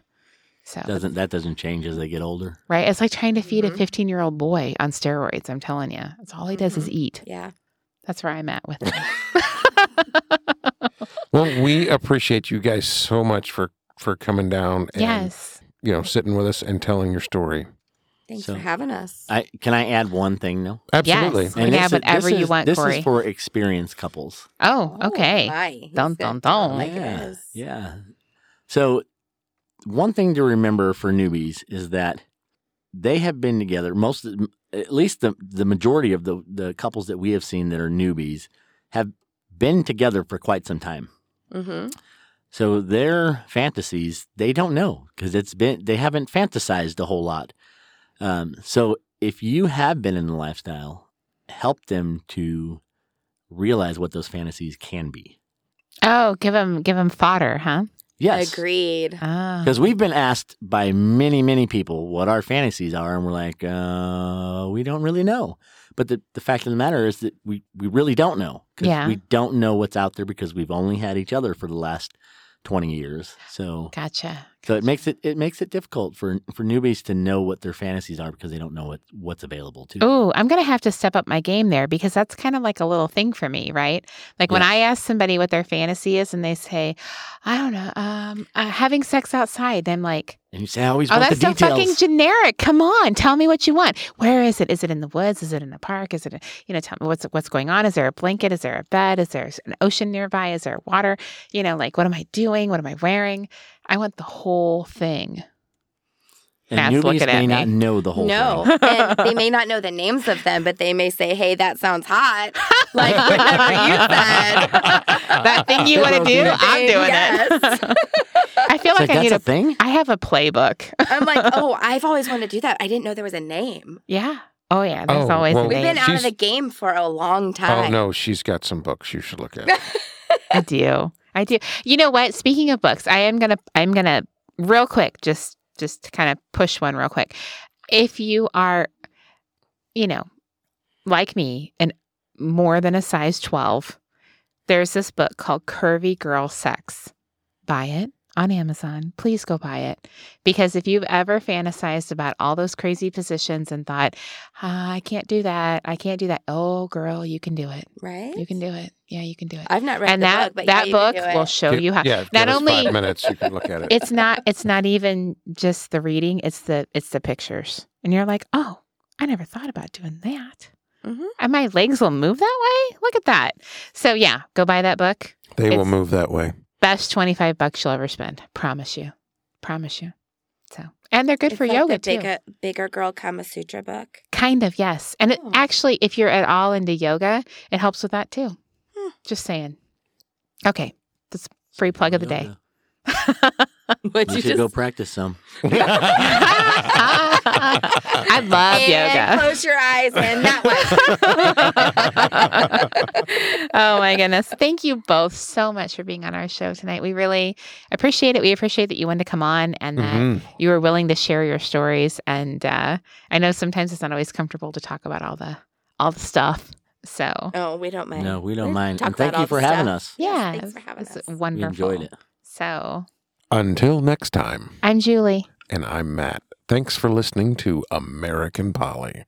[SPEAKER 1] So
[SPEAKER 5] Doesn't that doesn't change as they get older?
[SPEAKER 1] Right? It's like trying to feed a
[SPEAKER 4] Mhm.
[SPEAKER 1] 15 year old boy on steroids. I'm telling you, that's all he does is eat.
[SPEAKER 4] Yeah.
[SPEAKER 1] That's where I'm at with it.
[SPEAKER 3] Well, we appreciate you guys so much for for coming down and
[SPEAKER 1] yes.
[SPEAKER 3] you know sitting with us and telling your story.
[SPEAKER 4] Thanks
[SPEAKER 5] So-
[SPEAKER 4] for having us.
[SPEAKER 5] I can I add one thing though?
[SPEAKER 3] Absolutely.
[SPEAKER 1] Yes. You can add
[SPEAKER 5] this is-
[SPEAKER 1] whatever
[SPEAKER 5] this
[SPEAKER 1] you
[SPEAKER 5] is-
[SPEAKER 1] want,
[SPEAKER 5] This
[SPEAKER 1] Corey.
[SPEAKER 5] is for experienced couples.
[SPEAKER 1] Oh, okay.
[SPEAKER 4] my. He's
[SPEAKER 1] Dun,
[SPEAKER 4] gonna
[SPEAKER 1] dun,
[SPEAKER 4] tell
[SPEAKER 1] dun.
[SPEAKER 4] it like it
[SPEAKER 5] yeah.
[SPEAKER 4] is.
[SPEAKER 5] Yeah. So one thing to remember for newbies is that they have been together most at least the the majority of the the couples that we have seen that are newbies have been together for quite some time.
[SPEAKER 4] Mm-hmm.
[SPEAKER 5] So their fantasies, they don't know because it's been they haven't fantasized a whole lot. Um, so if you have been in the lifestyle, help them to realize what those fantasies can be.
[SPEAKER 1] Oh, give him give him fodder, huh?
[SPEAKER 5] Yes,
[SPEAKER 4] Agreed.
[SPEAKER 1] Oh.
[SPEAKER 5] Because we've been asked by many, many people what our fantasies are, and we're like, uh, we don't really know. But the, the fact of the matter is that we, we really don't know. 'Cause
[SPEAKER 1] Yeah.
[SPEAKER 5] We don't know what's out there because we've only had each other for the last 20 years. So
[SPEAKER 1] Gotcha.
[SPEAKER 5] so it makes it it makes it difficult for for newbies to know what their fantasies are because they don't know what what's available to them.
[SPEAKER 1] Oh, I'm going to have to step up my game there because that's kind of like a little thing for me, right? Like when
[SPEAKER 5] Yeah.
[SPEAKER 1] I ask somebody what their fantasy is and they say, I don't know, um, uh, having sex outside, I'm like,
[SPEAKER 5] And you say, I always
[SPEAKER 1] oh,
[SPEAKER 5] want the
[SPEAKER 1] that's so
[SPEAKER 5] details.
[SPEAKER 1] fucking generic. Come on, tell me what you want. Where is it? Is it in the woods? Is it in a park? Is it, in- you know, tell me what's what's going on? Is there a blanket? Is there a bed? Is there an ocean nearby? Is there water? You know, like what am I doing? What am I wearing? I want the whole thing. Matt's
[SPEAKER 5] and newbies
[SPEAKER 1] looking at
[SPEAKER 5] may
[SPEAKER 1] me.
[SPEAKER 5] not know the whole
[SPEAKER 4] no,
[SPEAKER 5] thing.
[SPEAKER 4] and they may not know the names of them, but they may say, "Hey, that sounds hot." Like whatever you said.
[SPEAKER 1] that thing you want to do, I'm doing it. I feel
[SPEAKER 5] It's
[SPEAKER 1] like,
[SPEAKER 5] like,
[SPEAKER 1] I need
[SPEAKER 5] that's
[SPEAKER 1] a.
[SPEAKER 5] a thing?
[SPEAKER 1] I have a playbook.
[SPEAKER 4] I'm like, "Oh, I've always wanted to do that. I didn't know there was a name."
[SPEAKER 1] yeah. Oh yeah. There's
[SPEAKER 3] Oh,
[SPEAKER 1] always
[SPEAKER 3] well,
[SPEAKER 1] a
[SPEAKER 4] We've
[SPEAKER 1] name.
[SPEAKER 4] been out of
[SPEAKER 3] She's-
[SPEAKER 4] the game for a long
[SPEAKER 3] Oh
[SPEAKER 4] time.
[SPEAKER 3] no, she's got some books you should look at.
[SPEAKER 1] I do. I do. You know what? Speaking of books, I am gonna. I'm gonna real quick. Just just to kind of push one real quick. If you are, you know, like me and more than a size twelve, there's this book called Curvy Girl Sex. Buy it on Amazon. Please go buy it. Because if you've ever fantasized about all those crazy positions and thought, ah, I can't do that, I can't do that. Oh, girl, you can do it.
[SPEAKER 4] Right?
[SPEAKER 1] You can do it. Yeah, you can do it.
[SPEAKER 4] I've not read
[SPEAKER 1] And
[SPEAKER 4] the
[SPEAKER 1] that
[SPEAKER 4] book, but yeah,
[SPEAKER 1] that
[SPEAKER 4] you
[SPEAKER 1] book
[SPEAKER 4] can do
[SPEAKER 1] will
[SPEAKER 4] it.
[SPEAKER 1] show you how.
[SPEAKER 3] Yeah,
[SPEAKER 1] not
[SPEAKER 3] give us
[SPEAKER 1] only-
[SPEAKER 3] five minutes you can look at it.
[SPEAKER 1] It's not. It's not even just the reading. It's the. It's the pictures, and you're like, oh, I never thought about doing that.
[SPEAKER 4] Mhm.
[SPEAKER 1] And my legs will move that way. Look at that. So yeah, go buy that book.
[SPEAKER 3] they will
[SPEAKER 1] it's-
[SPEAKER 3] move that way.
[SPEAKER 1] Best twenty five bucks you'll ever spend. Promise you. Promise you. So and they're good
[SPEAKER 4] It's
[SPEAKER 1] for
[SPEAKER 4] like
[SPEAKER 1] yoga
[SPEAKER 4] the uh,
[SPEAKER 1] too.
[SPEAKER 4] bigger, bigger girl Kama Sutra book.
[SPEAKER 1] Kind of yes. And it,
[SPEAKER 4] Oh.
[SPEAKER 1] actually, if you're at all into yoga, it helps with that too.
[SPEAKER 4] Hmm.
[SPEAKER 1] Just saying. Okay, that's free plug of the day.
[SPEAKER 4] Would
[SPEAKER 5] You, should go practice some.
[SPEAKER 1] I love
[SPEAKER 4] and
[SPEAKER 1] yoga.
[SPEAKER 4] close your eyes and that one.
[SPEAKER 1] oh my goodness. Thank you both so much for being on our show tonight. We really appreciate it. We appreciate that you wanted to come on and that
[SPEAKER 5] Mm-hmm.
[SPEAKER 3] Mhm.
[SPEAKER 1] you were willing to share your stories. And uh, I know sometimes it's not always comfortable to talk about all the all the stuff. So
[SPEAKER 4] Oh, we don't mind.
[SPEAKER 5] No, we don't
[SPEAKER 4] We've
[SPEAKER 5] mind.
[SPEAKER 4] talked
[SPEAKER 5] And thank
[SPEAKER 4] about
[SPEAKER 5] you
[SPEAKER 4] all
[SPEAKER 5] for
[SPEAKER 4] the
[SPEAKER 5] having
[SPEAKER 4] stuff.
[SPEAKER 5] us.
[SPEAKER 1] yeah, it
[SPEAKER 4] Yes, thanks for
[SPEAKER 1] was-
[SPEAKER 4] having
[SPEAKER 1] it was
[SPEAKER 4] us.
[SPEAKER 5] We
[SPEAKER 1] Wonderful.
[SPEAKER 5] enjoyed it.
[SPEAKER 1] So
[SPEAKER 3] Until next time,
[SPEAKER 1] I'm Julie.
[SPEAKER 3] and I'm Matt. Thanks for listening to American Polly.